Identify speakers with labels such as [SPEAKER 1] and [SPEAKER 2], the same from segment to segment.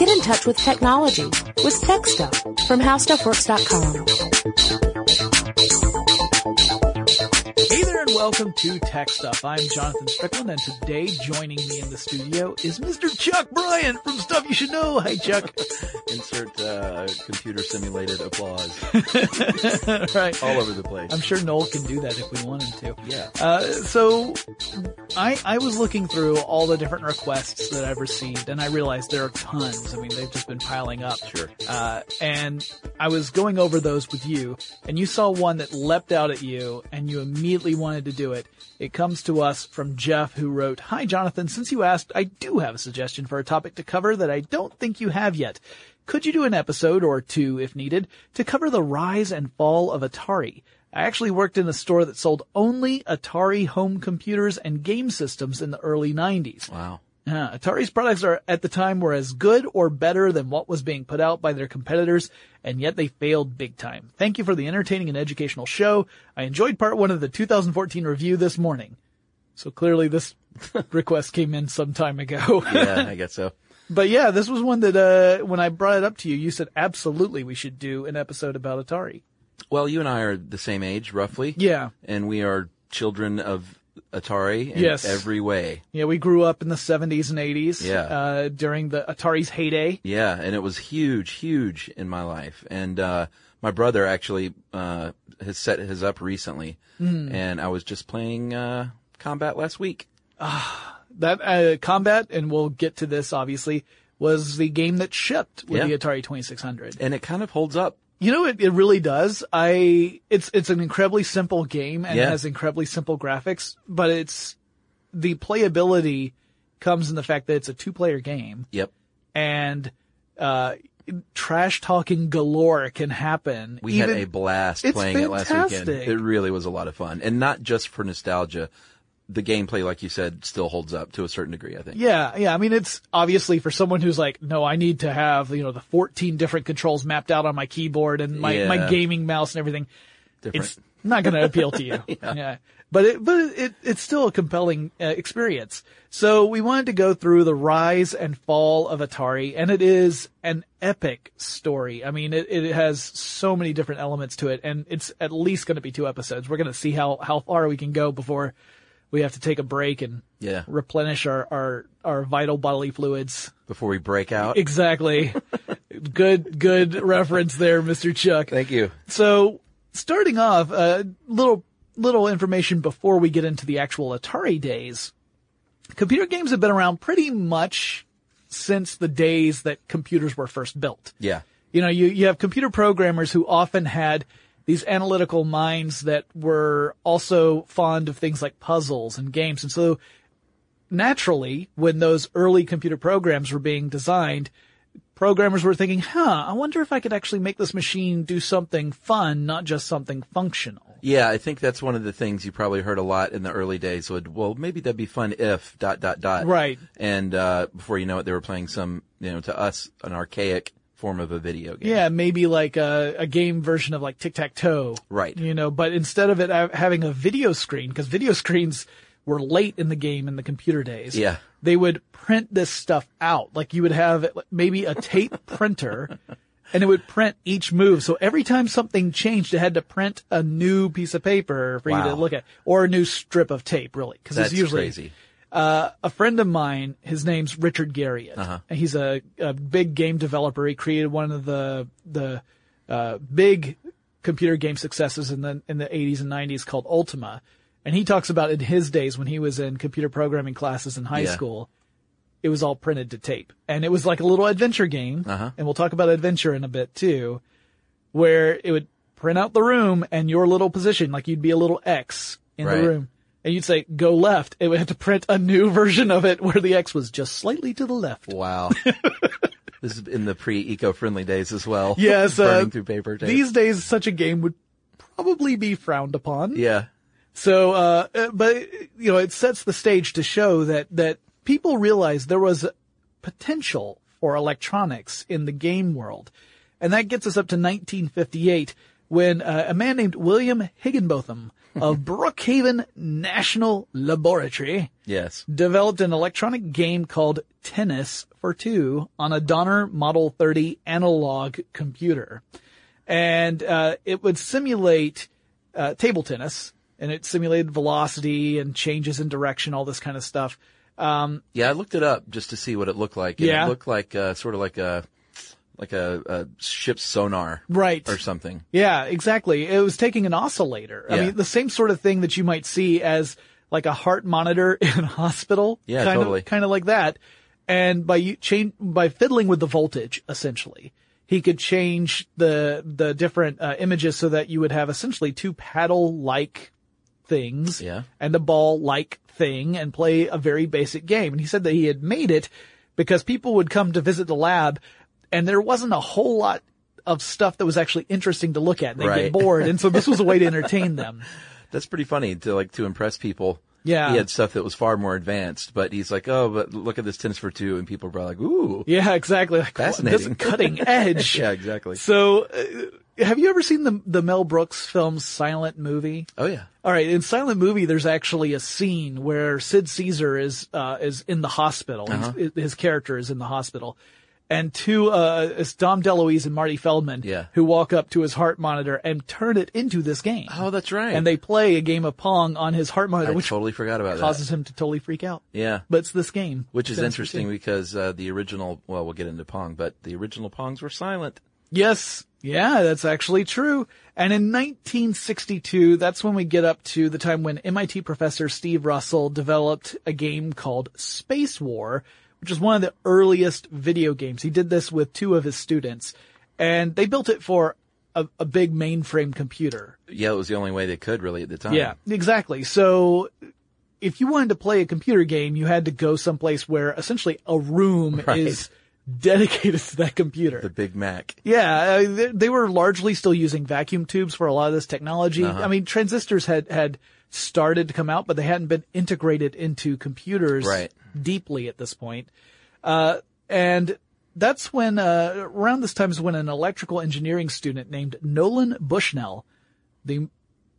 [SPEAKER 1] in touch with technology with Tech Stuff from HowStuffWorks.com.
[SPEAKER 2] Hey there and welcome to Tech Stuff. I'm Jonathan Strickland and today joining me in the studio is Mr. Chuck Bryan from Stuff You Should Know. Hi Chuck.
[SPEAKER 3] Insert uh, computer simulated applause.
[SPEAKER 2] right.
[SPEAKER 3] All over the place.
[SPEAKER 2] I'm sure Noel can do that if we wanted to.
[SPEAKER 3] Yeah.
[SPEAKER 2] Uh, so I, I was looking through all the different requests that I've received and I realized there are tons. I mean, they've just been piling up.
[SPEAKER 3] Sure.
[SPEAKER 2] Uh, and I was going over those with you and you saw one that leapt out at you and you immediately wanted to do it. It comes to us from Jeff who wrote, Hi Jonathan, since you asked, I do have a suggestion for a topic to cover that I don't think you have yet. Could you do an episode or two if needed to cover the rise and fall of Atari? I actually worked in a store that sold only Atari home computers and game systems in the early 90s.
[SPEAKER 3] Wow.
[SPEAKER 2] Uh, Atari's products are at the time were as good or better than what was being put out by their competitors, and yet they failed big time. Thank you for the entertaining and educational show. I enjoyed part one of the 2014 review this morning. So clearly this request came in some time ago.
[SPEAKER 3] Yeah, I guess so.
[SPEAKER 2] But yeah, this was one that, uh, when I brought it up to you, you said absolutely we should do an episode about Atari.
[SPEAKER 3] Well, you and I are the same age, roughly.
[SPEAKER 2] Yeah.
[SPEAKER 3] And we are children of Atari in
[SPEAKER 2] Yes.
[SPEAKER 3] every way.
[SPEAKER 2] Yeah, we grew up in the 70s and 80s.
[SPEAKER 3] Yeah.
[SPEAKER 2] Uh, during the Atari's heyday.
[SPEAKER 3] Yeah, and it was huge, huge in my life. And uh, my brother actually uh, has set his up recently,
[SPEAKER 2] Hmm.
[SPEAKER 3] and I was just playing uh, combat last week.
[SPEAKER 2] That, uh, combat, and we'll get to this obviously, was the game that shipped with
[SPEAKER 3] Yeah.
[SPEAKER 2] the Atari 2600.
[SPEAKER 3] and it kind of holds up.
[SPEAKER 2] You know, it, it really does. I, it's, it's an incredibly simple game and it
[SPEAKER 3] Yeah.
[SPEAKER 2] has incredibly simple graphics, but it's, the playability comes in the fact that it's a two player game.
[SPEAKER 3] Yep.
[SPEAKER 2] and uh, trash talking galore can happen.
[SPEAKER 3] We
[SPEAKER 2] Even-
[SPEAKER 3] had a blast
[SPEAKER 2] it's
[SPEAKER 3] playing it last weekend.
[SPEAKER 2] fantastic.
[SPEAKER 3] It really was a lot of fun. And not just for nostalgia. The gameplay, like you said, still holds up to a certain degree, I think.
[SPEAKER 2] yeah, yeah. I mean, it's obviously for someone who's like, no, I need to have you know the 14 different controls mapped out on my keyboard and my
[SPEAKER 3] Yeah.
[SPEAKER 2] my gaming mouse and everything.
[SPEAKER 3] Different.
[SPEAKER 2] It's not going to appeal to you. yeah. But it, but it, it's still a compelling uh, experience. So we wanted to go through the rise and fall of Atari and it is an epic story. I mean, it, it has so many different elements to it and it's at least going to be two episodes. We're going to see how, how far we can go before we have to take a break and
[SPEAKER 3] Yeah.
[SPEAKER 2] replenish our, our, our vital bodily fluids.
[SPEAKER 3] Before we break out.
[SPEAKER 2] Exactly. good, good reference there, Mr. Chuck.
[SPEAKER 3] Thank you.
[SPEAKER 2] So, starting off, a uh, little little information before we get into the actual Atari days. Computer games have been around pretty much since the days that computers were first built.
[SPEAKER 3] Yeah.
[SPEAKER 2] You know, you, you have computer programmers who often had these analytical minds that were also fond of things like puzzles and games. And so naturally, when those early computer programs were being designed, programmers were thinking, huh, I wonder if I could actually make this machine do something fun, not just something functional.
[SPEAKER 3] Yeah, I think that's one of the things you probably heard a lot in the early days would, well, maybe that'd be fun if dot dot dot.
[SPEAKER 2] Right.
[SPEAKER 3] And, uh, before you know it, they were playing some, you know, to us, an archaic form of a video game.
[SPEAKER 2] Yeah, maybe like a, a game version of like tic tac toe.
[SPEAKER 3] Right.
[SPEAKER 2] You know, but instead of it ha- having a video screen, because video screens were late in the game in the computer days.
[SPEAKER 3] Yeah.
[SPEAKER 2] They would print this stuff out. Like you would have maybe a tape printer and it would print each move. So every time something changed, it had to print a new piece of paper for you to
[SPEAKER 3] Wow.
[SPEAKER 2] look at or a new strip of tape, really. Cause
[SPEAKER 3] That's
[SPEAKER 2] it's usually
[SPEAKER 3] crazy.
[SPEAKER 2] uh, a friend of mine, his name's Richard Garriott.
[SPEAKER 3] Uh-huh.
[SPEAKER 2] And He's a, a big game developer. He created one of the the uh, big computer game successes in the in the 80s and 90s called Ultima. And he talks about in his days when he was in computer programming classes in high
[SPEAKER 3] Yeah.
[SPEAKER 2] school, it was all printed to tape, and it was like a little adventure game.
[SPEAKER 3] Uh-huh.
[SPEAKER 2] And we'll talk about adventure in a bit too, where it would print out the room and your little position, like you'd be a little X in
[SPEAKER 3] Right.
[SPEAKER 2] the room and you'd say go left it would have to print a new version of it where the x was just slightly to the left
[SPEAKER 3] Wow. this is in the pre-eco-friendly days as well.
[SPEAKER 2] yes uh,
[SPEAKER 3] Burning through paper tape.
[SPEAKER 2] these days such a game would probably be frowned upon
[SPEAKER 3] Yeah.
[SPEAKER 2] so uh uh, but you know it sets the stage to show that that people realized there was potential for electronics in the game world and that gets us up to 1958 when uh, a man named William Higginbotham of Brookhaven National Laboratory
[SPEAKER 3] Yes.
[SPEAKER 2] developed an electronic game called Tennis for Two on a Donner Model 30 analog computer. And uh, it would simulate uh, table tennis, and it simulated velocity and changes in direction, all this kind of stuff. Um,
[SPEAKER 3] Yeah, I looked it up just to see what it looked like. And
[SPEAKER 2] Yeah.
[SPEAKER 3] It looked like uh, sort of like a like a, a ship's sonar
[SPEAKER 2] right.
[SPEAKER 3] or something.
[SPEAKER 2] Yeah, exactly. It was taking an oscillator. I
[SPEAKER 3] Yeah.
[SPEAKER 2] mean, the same sort of thing that you might see as like a heart monitor in a hospital.
[SPEAKER 3] Yeah,
[SPEAKER 2] kind
[SPEAKER 3] totally.
[SPEAKER 2] Of, kind of like that. And by you change, by fiddling with the voltage, essentially, he could change the, the different uh, images so that you would have essentially two paddle like things
[SPEAKER 3] Yeah.
[SPEAKER 2] and a ball like thing and play a very basic game. And he said that he had made it because people would come to visit the lab and there wasn't a whole lot of stuff that was actually interesting to look at. They get
[SPEAKER 3] Right.
[SPEAKER 2] bored. And so this was a way to entertain them.
[SPEAKER 3] That's pretty funny to like to impress people.
[SPEAKER 2] Yeah.
[SPEAKER 3] He had stuff that was far more advanced, but he's like, oh, but look at this tennis for two, and people were probably like, ooh.
[SPEAKER 2] Yeah, exactly. Like, wow, This
[SPEAKER 3] Fascinating.
[SPEAKER 2] is cutting edge.
[SPEAKER 3] Yeah, exactly.
[SPEAKER 2] So uh, have you ever seen the, the Mel Brooks film Silent Movie?
[SPEAKER 3] Oh yeah.
[SPEAKER 2] All right, in Silent Movie, there's actually a scene where Sid Caesar is uh, is in the hospital. He's-
[SPEAKER 3] Uh-huh.
[SPEAKER 2] His, character is in the hospital, and two uh, it's Dom DeLuise and Marty Feldman
[SPEAKER 3] Yeah.
[SPEAKER 2] who walk up to his heart monitor and turn it into this game.
[SPEAKER 3] Oh, that's right.
[SPEAKER 2] and they play a game of Pong on his heart monitor,
[SPEAKER 3] I
[SPEAKER 2] which
[SPEAKER 3] totally forgot about
[SPEAKER 2] causes him to totally freak out.
[SPEAKER 3] that. Yeah.
[SPEAKER 2] But it's this game,
[SPEAKER 3] Which is
[SPEAKER 2] That's what
[SPEAKER 3] interesting
[SPEAKER 2] it
[SPEAKER 3] because uh, the original, well, we'll get into Pong, but the original Pongs were silent.
[SPEAKER 2] Yes. Yeah, that's actually true. And in 1962, that's when we get up to the time when MIT professor Steve Russell developed a game called Space War, which is one of the earliest video games. He did this with two of his students and they built it for a, a big mainframe computer.
[SPEAKER 3] Yeah, it was the only way they could really at the time.
[SPEAKER 2] Yeah, exactly. So if you wanted to play a computer game, you had to go someplace where essentially a room
[SPEAKER 3] Right.
[SPEAKER 2] is dedicated to that computer.
[SPEAKER 3] The Big Mac.
[SPEAKER 2] Yeah, uh, they, they were largely still using vacuum tubes for a lot of this technology. I mean, transistors had had started to come out, but they hadn't been integrated into computers
[SPEAKER 3] Right.
[SPEAKER 2] deeply at this point. Uh, and that's when uh, around this time is when an electrical engineering student named Nolan Bushnell, the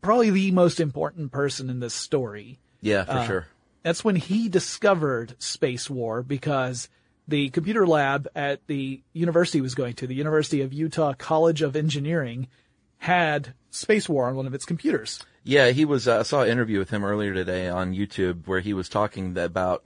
[SPEAKER 2] probably the most important person in this story,
[SPEAKER 3] Yeah, for
[SPEAKER 2] Uh,
[SPEAKER 3] sure.
[SPEAKER 2] that's when he discovered space war because the computer lab at the university he was going to, the University of Utah College of Engineering, had space war on one of its computers.
[SPEAKER 3] Yeah, he was. Uh, I saw an interview with him earlier today on YouTube where he was talking about.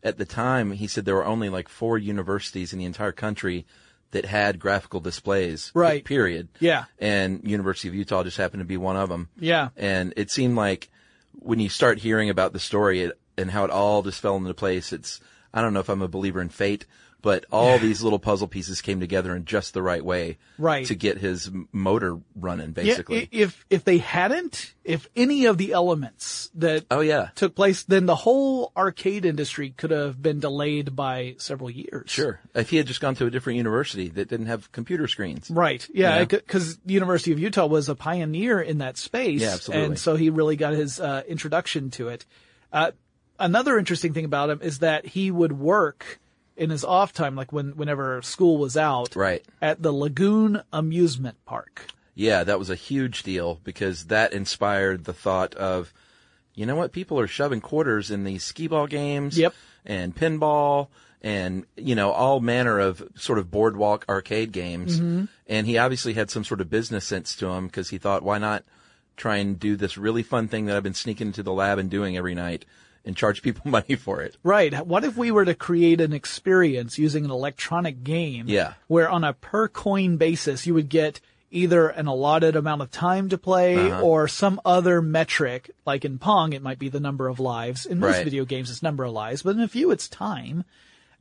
[SPEAKER 3] At the time, he said there were only like four universities in the entire country that had graphical displays.
[SPEAKER 2] Right.
[SPEAKER 3] Period.
[SPEAKER 2] Yeah.
[SPEAKER 3] And University of Utah just happened to be one of them.
[SPEAKER 2] Yeah.
[SPEAKER 3] And it seemed like when you start hearing about the story it, and how it all just fell into place, it's, I don't know if I'm a believer in fate, but all these little puzzle pieces came together in just the right way.
[SPEAKER 2] Right.
[SPEAKER 3] To get his m- motor running, basically.
[SPEAKER 2] Yeah, i- if if they hadn't, if any of the elements that
[SPEAKER 3] oh yeah.
[SPEAKER 2] took place, then the whole arcade industry could have been delayed by several years.
[SPEAKER 3] Sure. If he had just gone to a different university that didn't have computer screens.
[SPEAKER 2] Right. Yeah. Because the University of Utah was a pioneer in that space.
[SPEAKER 3] Yeah, absolutely.
[SPEAKER 2] And so he really got his uh, introduction to it. Uh, another interesting thing about him is that he would work in his off time, like when whenever school was out,
[SPEAKER 3] Right.
[SPEAKER 2] at the Lagoon Amusement Park.
[SPEAKER 3] Yeah, that was a huge deal because that inspired the thought of, you know what, people are shoving quarters in these skee ball games
[SPEAKER 2] Yep.
[SPEAKER 3] and pinball and, you know, all manner of sort of boardwalk arcade games.
[SPEAKER 2] Mm-hmm.
[SPEAKER 3] And he obviously had some sort of business sense to him because he thought, why not try and do this really fun thing that I've been sneaking into the lab and doing every night and charge people money for it?
[SPEAKER 2] Right. What if we were to create an experience using an electronic game?
[SPEAKER 3] Yeah.
[SPEAKER 2] Where on a per coin basis, you would get either an allotted amount of time to play
[SPEAKER 3] Uh-huh.
[SPEAKER 2] or some other metric. Like in Pong, it might be the number of lives. In most
[SPEAKER 3] Right.
[SPEAKER 2] video games, it's number of lives, but in a few, it's time.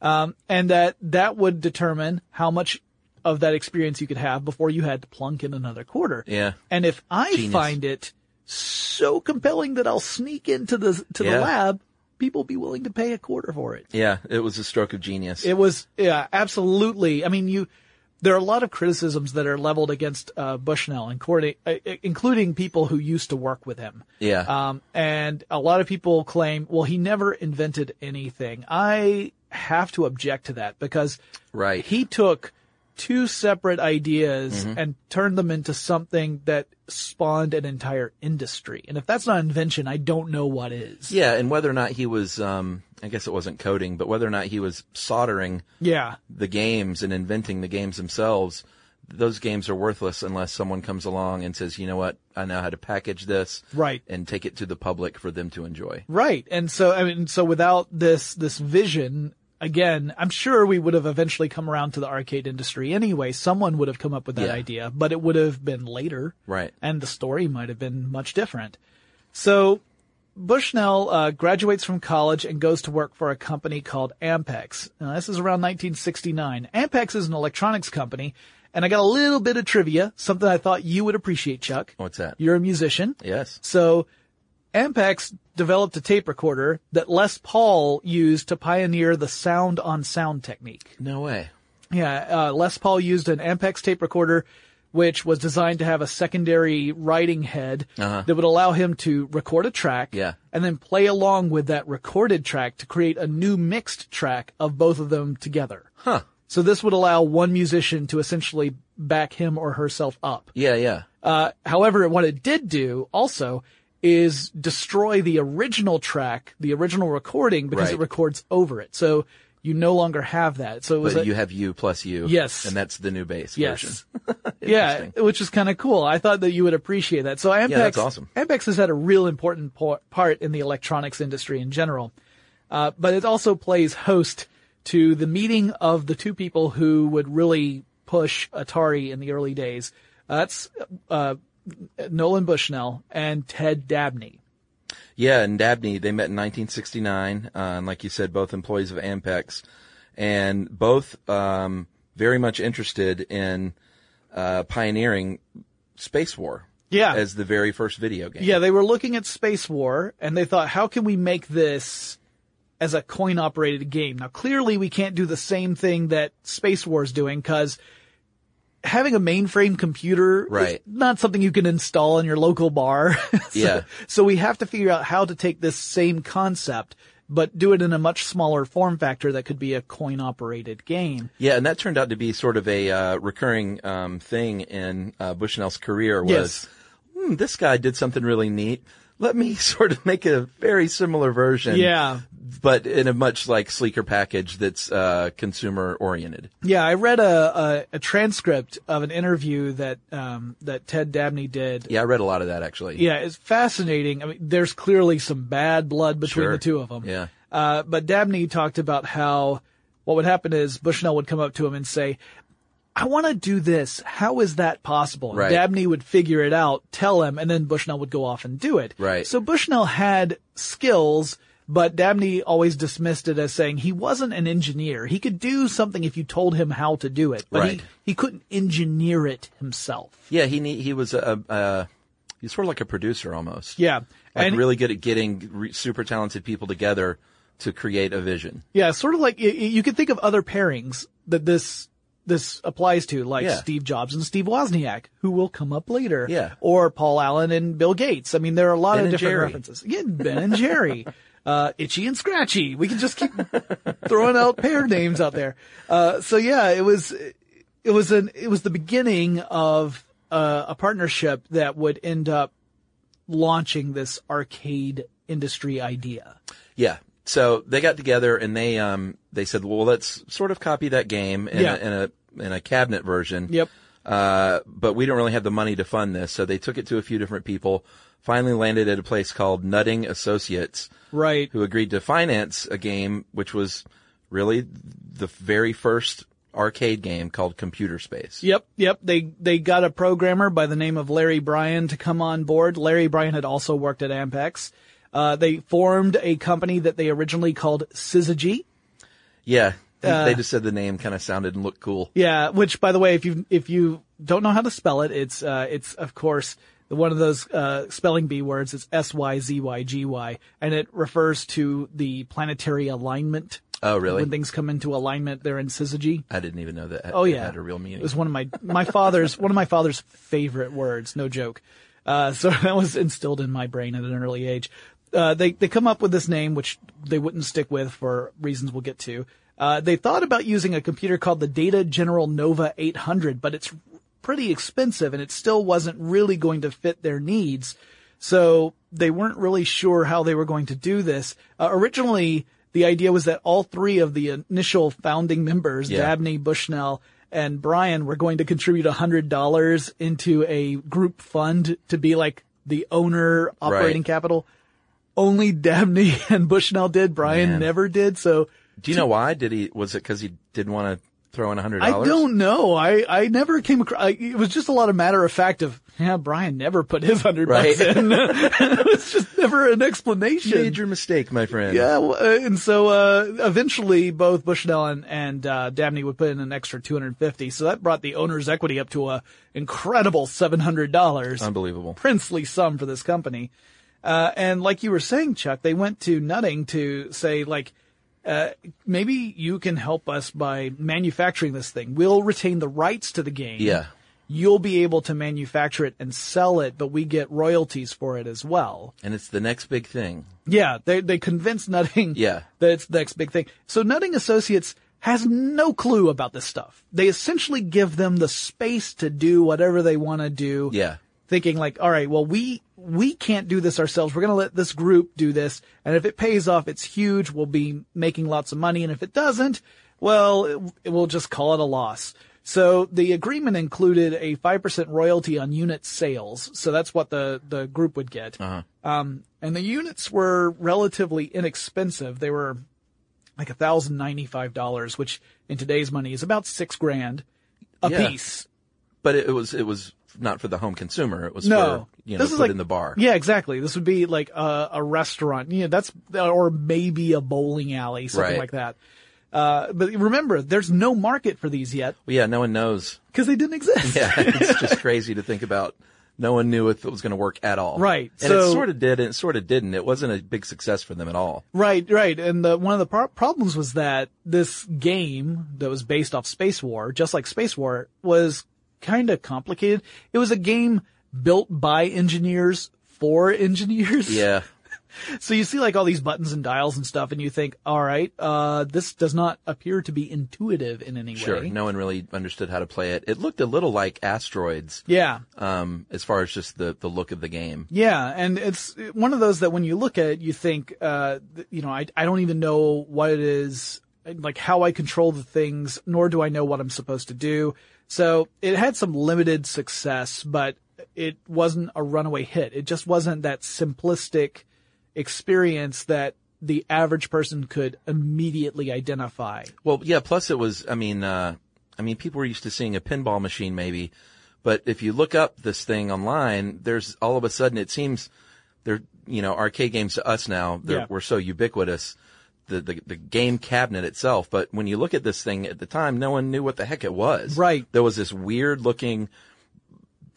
[SPEAKER 2] Um, and that, that would determine how much of that experience you could have before you had to plunk in another quarter.
[SPEAKER 3] Yeah.
[SPEAKER 2] And if I
[SPEAKER 3] Genius.
[SPEAKER 2] find it so compelling that I'll sneak into the, to the
[SPEAKER 3] Yeah.
[SPEAKER 2] lab, people be willing to pay a quarter for it.
[SPEAKER 3] Yeah, it was a stroke of genius.
[SPEAKER 2] It was, yeah, absolutely. I mean, you, there are a lot of criticisms that are leveled against uh, Bushnell, including, uh, including people who used to work with him.
[SPEAKER 3] yeah.
[SPEAKER 2] Um, and a lot of people claim, well, he never invented anything. I have to object to that because
[SPEAKER 3] Right.
[SPEAKER 2] he took two separate ideas and turned them into something that spawned an entire industry. And if that's not invention, I don't know what is.
[SPEAKER 3] Yeah, and whether or not he was, um, I guess it wasn't coding, but whether or not he was soldering
[SPEAKER 2] Yeah.
[SPEAKER 3] the games and inventing the games themselves, those games are worthless unless someone comes along and says, you know what, I know how to package this.
[SPEAKER 2] Right.
[SPEAKER 3] And take it to the public for them to enjoy.
[SPEAKER 2] Right. And so, I mean, so without this, this vision, again, I'm sure we would have eventually come around to the arcade industry anyway. Someone would have come up with that
[SPEAKER 3] Yeah.
[SPEAKER 2] idea, but it would have been later.
[SPEAKER 3] Right.
[SPEAKER 2] And the story might have been much different. So Bushnell uh, graduates from college and goes to work for a company called Ampex. Now, this is around 1969. Ampex is an electronics company. And I got a little bit of trivia, something I thought you would appreciate, Chuck.
[SPEAKER 3] What's that?
[SPEAKER 2] You're a musician.
[SPEAKER 3] yes.
[SPEAKER 2] So Ampex developed a tape recorder that Les Paul used to pioneer the sound on sound technique.
[SPEAKER 3] No way.
[SPEAKER 2] Yeah, uh, Les Paul used an Ampex tape recorder which was designed to have a secondary writing head that would allow him to record a track
[SPEAKER 3] Uh-huh. Yeah.
[SPEAKER 2] and then play along with that recorded track to create a new mixed track of both of them together.
[SPEAKER 3] Huh.
[SPEAKER 2] So this would allow one musician to essentially back him or herself up.
[SPEAKER 3] Yeah, yeah.
[SPEAKER 2] Uh, however, what it did do also is destroy the original track, the original recording, because it
[SPEAKER 3] Right.
[SPEAKER 2] records over it. So you no longer have that. So it was
[SPEAKER 3] But
[SPEAKER 2] a-
[SPEAKER 3] you have you plus you.
[SPEAKER 2] Yes.
[SPEAKER 3] And that's the new bass version.
[SPEAKER 2] yes. yeah, which is kind of cool. I thought that you would appreciate that. So Ampex,
[SPEAKER 3] that's awesome.
[SPEAKER 2] Ampex has had a real important po- part in the electronics industry in general. Uh, but it also plays host to the meeting of the two people who would really push Atari in the early days. Uh, that's uh, Nolan Bushnell and Ted Dabney.
[SPEAKER 3] Yeah, and Dabney, they met in 1969, uh, and like you said, both employees of Ampex, and both um, very much interested in uh, pioneering Space War.
[SPEAKER 2] Yeah.
[SPEAKER 3] As the very first video game.
[SPEAKER 2] Yeah, they were looking at Space War and they thought, how can we make this as a coin operated game? Now, clearly we can't do the same thing that Space War is doing because having a mainframe computer is
[SPEAKER 3] Right.
[SPEAKER 2] not something you can install in your local bar. so,
[SPEAKER 3] Yeah.
[SPEAKER 2] So we have to figure out how to take this same concept, but do it in a much smaller form factor that could be a coin operated game.
[SPEAKER 3] Yeah, and that turned out to be sort of a uh, recurring um, thing in uh, Bushnell's career was,
[SPEAKER 2] Yes.
[SPEAKER 3] hmm, this guy did something really neat. Let me sort of make a very similar version.
[SPEAKER 2] Yeah.
[SPEAKER 3] But in a much like sleeker package that's uh, consumer oriented.
[SPEAKER 2] Yeah, I read a, a, a transcript of an interview that um, that Ted Dabney did
[SPEAKER 3] Yeah, I read a lot of that actually.
[SPEAKER 2] Yeah, it's fascinating. I mean, there's clearly some bad blood between
[SPEAKER 3] Sure.
[SPEAKER 2] the two of them.
[SPEAKER 3] Yeah.
[SPEAKER 2] Uh, but Dabney talked about how what would happen is Bushnell would come up to him and say, I want to do this. How is that possible? And
[SPEAKER 3] Right.
[SPEAKER 2] Dabney would figure it out, tell him, and then Bushnell would go off and do it.
[SPEAKER 3] Right.
[SPEAKER 2] So Bushnell had skills, but Dabney always dismissed it as saying he wasn't an engineer. He could do something if you told him how to do it, but he,
[SPEAKER 3] Right.
[SPEAKER 2] he couldn't engineer it himself.
[SPEAKER 3] Yeah, he ne- he was a, a he's sort of like a producer almost.
[SPEAKER 2] Yeah.
[SPEAKER 3] like really good at getting re- super talented people together to create a vision.
[SPEAKER 2] Yeah, sort of like y- y- you could think of other pairings that this this applies to, like
[SPEAKER 3] Yeah.
[SPEAKER 2] Steve Jobs and Steve Wozniak, who will come up later.
[SPEAKER 3] Yeah.
[SPEAKER 2] Or Paul Allen and Bill Gates. I mean, there are a lot
[SPEAKER 3] Ben
[SPEAKER 2] of
[SPEAKER 3] and
[SPEAKER 2] different
[SPEAKER 3] Jerry.
[SPEAKER 2] references. Yeah, Ben and Jerry. Uh, itchy and scratchy. We can just keep throwing out pair names out there. Uh, so yeah, it was, it was an, it was the beginning of uh, a partnership that would end up launching this arcade industry idea.
[SPEAKER 3] Yeah. So they got together and they um they said, well, let's sort of copy that game in,
[SPEAKER 2] Yeah.
[SPEAKER 3] a, in a in a cabinet version. Uh, but we don't really have the money to fund this, so they took it to a few different people. Finally, landed at a place called Nutting Associates,
[SPEAKER 2] Right.
[SPEAKER 3] who agreed to finance a game which was really the very first arcade game called Computer Space.
[SPEAKER 2] Yep, yep. They they got a programmer by the name of Larry Bryan to come on board. Larry Bryan had also worked at Ampex. Uh, they formed a company that they originally called Syzygy.
[SPEAKER 3] Yeah. they
[SPEAKER 2] Uh,
[SPEAKER 3] just said the name kind of sounded and looked cool.
[SPEAKER 2] Yeah, which by the way, if you if you don't know how to spell it, it's uh, it's of course one of those uh, spelling bee words. It's S Y Z Y G Y, and it refers to the planetary alignment.
[SPEAKER 3] Oh, really?
[SPEAKER 2] When things come into alignment, they're in Syzygy.
[SPEAKER 3] I didn't even know that.
[SPEAKER 2] Oh yeah,
[SPEAKER 3] It had a real meaning.
[SPEAKER 2] It was one of my my father's one of my father's favorite words. No joke. Uh, so that was instilled in my brain at an early age. Uh, they they come up with this name, which they wouldn't stick with for reasons we'll get to. Uh, they thought about using a computer called the Data General Nova 800, but it's pretty expensive and it still wasn't really going to fit their needs. So they weren't really sure how they were going to do this. Uh, originally, the idea was that all three of the initial founding members,
[SPEAKER 3] Yeah.
[SPEAKER 2] Dabney, Bushnell, and Brian were going to contribute $100 into a group fund to be like the owner operating
[SPEAKER 3] Right.
[SPEAKER 2] capital. Only Dabney and Bushnell did. Brian
[SPEAKER 3] Man.
[SPEAKER 2] never did. So
[SPEAKER 3] Do you know why? Did he? Was it because he didn't want to throw in a hundred
[SPEAKER 2] I
[SPEAKER 3] dollars?
[SPEAKER 2] don't know. I, I never came across, it was just a lot of matter of fact of, yeah, Brian never put his hundred bucks
[SPEAKER 3] Right.
[SPEAKER 2] in. it's just never an explanation.
[SPEAKER 3] Major mistake, my friend.
[SPEAKER 2] Yeah, well, uh, and so uh, eventually both Bushnell and, and uh, Dabney would put in an extra 250 so that brought the owner's equity up to a incredible $700.
[SPEAKER 3] Unbelievable.
[SPEAKER 2] princely sum for this company. Uh, and like you were saying, Chuck, they went to Nutting to say, like, uh, maybe you can help us by manufacturing this thing. We'll retain the rights to the game.
[SPEAKER 3] Yeah.
[SPEAKER 2] You'll be able to manufacture it and sell it, but we get royalties for it as well.
[SPEAKER 3] And it's the next big thing.
[SPEAKER 2] Yeah, they they convinced Nutting
[SPEAKER 3] Yeah.
[SPEAKER 2] that it's the next big thing. So Nutting Associates has no clue about this stuff. They essentially give them the space to do whatever they want to do.
[SPEAKER 3] Yeah.
[SPEAKER 2] Thinking like, all right, well we we can't do this ourselves. We're going to let this group do this, and if it pays off, it's huge. We'll be making lots of money, and if it doesn't, well, it, it, we'll just call it a loss. So the agreement included a five percent royalty on unit sales. So that's what the the group would get. Um, And the units were relatively inexpensive. They were like $1,095, which in today's money is about six grand a
[SPEAKER 3] Yeah.
[SPEAKER 2] piece.
[SPEAKER 3] But it, it was it was not for the home consumer. It was
[SPEAKER 2] No.
[SPEAKER 3] for you know
[SPEAKER 2] this is
[SPEAKER 3] put
[SPEAKER 2] like,
[SPEAKER 3] in the bar.
[SPEAKER 2] Yeah, exactly. This would be like a, a restaurant. You know, that's, or maybe a bowling alley, something
[SPEAKER 3] Right.
[SPEAKER 2] like that. Uh, but remember, there's no market for these yet
[SPEAKER 3] Well, yeah. No one knows.
[SPEAKER 2] because they didn't exist.
[SPEAKER 3] Yeah. it's just crazy to think about. No one knew if it was going to work at all.
[SPEAKER 2] Right,
[SPEAKER 3] And
[SPEAKER 2] so-
[SPEAKER 3] it sort of did, and it sort of didn't. It wasn't a big success for them at all.
[SPEAKER 2] Right, right. And the, one of the pro- problems was that this game that was based off Space War, just like Space War, was kind of complicated. It was a game built by engineers for engineers.
[SPEAKER 3] Yeah.
[SPEAKER 2] So you see like all these buttons and dials and stuff and you think, all right, uh, this does not appear to be intuitive in any
[SPEAKER 3] Sure.
[SPEAKER 2] way.
[SPEAKER 3] No one really understood how to play it. It looked a little like asteroids.
[SPEAKER 2] Yeah.
[SPEAKER 3] Um, as far as just the, the look of the game.
[SPEAKER 2] Yeah, and it's one of those that when you look at it, you think, uh, th- you know, I, I don't even know what it is, like how I control the things, nor do I know what I'm supposed to do. So it had some limited success, but it wasn't a runaway hit. It just wasn't that simplistic experience that the average person could immediately identify.
[SPEAKER 3] Well, yeah. Plus, it was. I mean, uh, I mean, people were used to seeing a pinball machine, maybe, but if you look up this thing online, there's all of a sudden it seems there. You know, arcade games to us now they're
[SPEAKER 2] Yeah.
[SPEAKER 3] we're so ubiquitous. The, the the game cabinet itself, but when you look at this thing at the time, no one knew what the heck it was.
[SPEAKER 2] Right.
[SPEAKER 3] There was this weird looking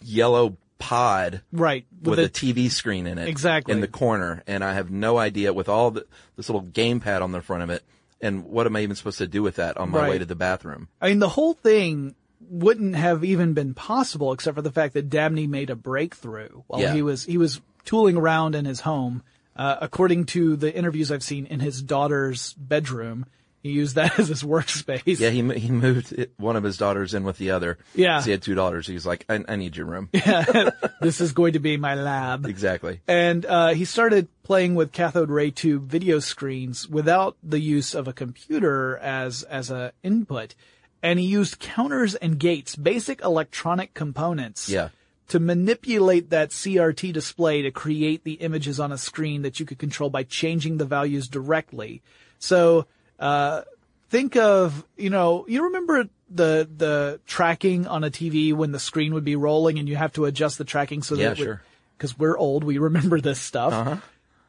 [SPEAKER 3] yellow pod
[SPEAKER 2] Right.
[SPEAKER 3] with,
[SPEAKER 2] the-
[SPEAKER 3] a TV screen in it.
[SPEAKER 2] Exactly.
[SPEAKER 3] In the corner. And I have no idea with all the, this little game pad on the front of it. And what am I even supposed to do with that on my
[SPEAKER 2] Right.
[SPEAKER 3] way to the bathroom?
[SPEAKER 2] I mean, the whole thing wouldn't have even been possible except for the fact that Dabney made a breakthrough while
[SPEAKER 3] Yeah.
[SPEAKER 2] he was he was tooling around in his home. Uh, according to the interviews I've seen in his daughter's bedroom, he used that as his workspace.
[SPEAKER 3] Yeah, he mo- he moved it, one of his daughters in with the other.
[SPEAKER 2] Yeah.
[SPEAKER 3] 'Cause He had two daughters. He was like, I, I need your room.
[SPEAKER 2] This is going to be my lab.
[SPEAKER 3] exactly.
[SPEAKER 2] And uh, he started playing with cathode ray tube video screens without the use of a computer as as a input, and he used counters and gates, basic electronic components,
[SPEAKER 3] Yeah.
[SPEAKER 2] to manipulate that CRT display to create the images on a screen that you could control by changing the values directly. So uh, think of you know you remember the the tracking on a TV when the screen would be rolling and you have to adjust the tracking so that
[SPEAKER 3] Yeah,
[SPEAKER 2] it would,
[SPEAKER 3] sure. Uh-huh.
[SPEAKER 2] because we're old, we remember this stuff.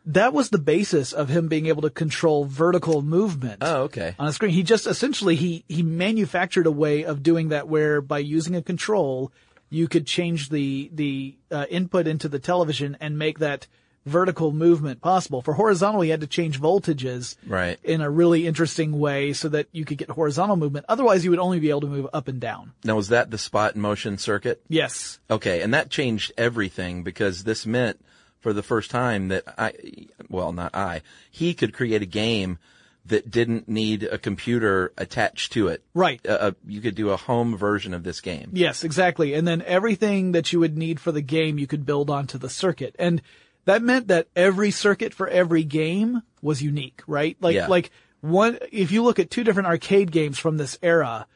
[SPEAKER 2] That was the basis of him being able to control vertical movement
[SPEAKER 3] Oh, okay.
[SPEAKER 2] on a screen. He just essentially he he manufactured a way of doing that where by using a control, you could change the the uh, input into the television and make that vertical movement possible. For horizontal, you had to change voltages
[SPEAKER 3] Right.
[SPEAKER 2] in a really interesting way so that you could get horizontal movement. Otherwise, you would only be able to move up and down.
[SPEAKER 3] Now, was that the spot motion circuit?
[SPEAKER 2] Yes.
[SPEAKER 3] Okay, and that changed everything because this meant for the first time that I, well, not I, he could create a game that didn't need a computer attached to it.
[SPEAKER 2] Right.
[SPEAKER 3] Uh, uh, you could do a home version of this game.
[SPEAKER 2] Yes, exactly. And then everything that you would need for the game, you could build onto the circuit. And that meant that every circuit for every game was unique, right? Like,
[SPEAKER 3] Yeah.
[SPEAKER 2] like one, if you look at two different arcade games from this era,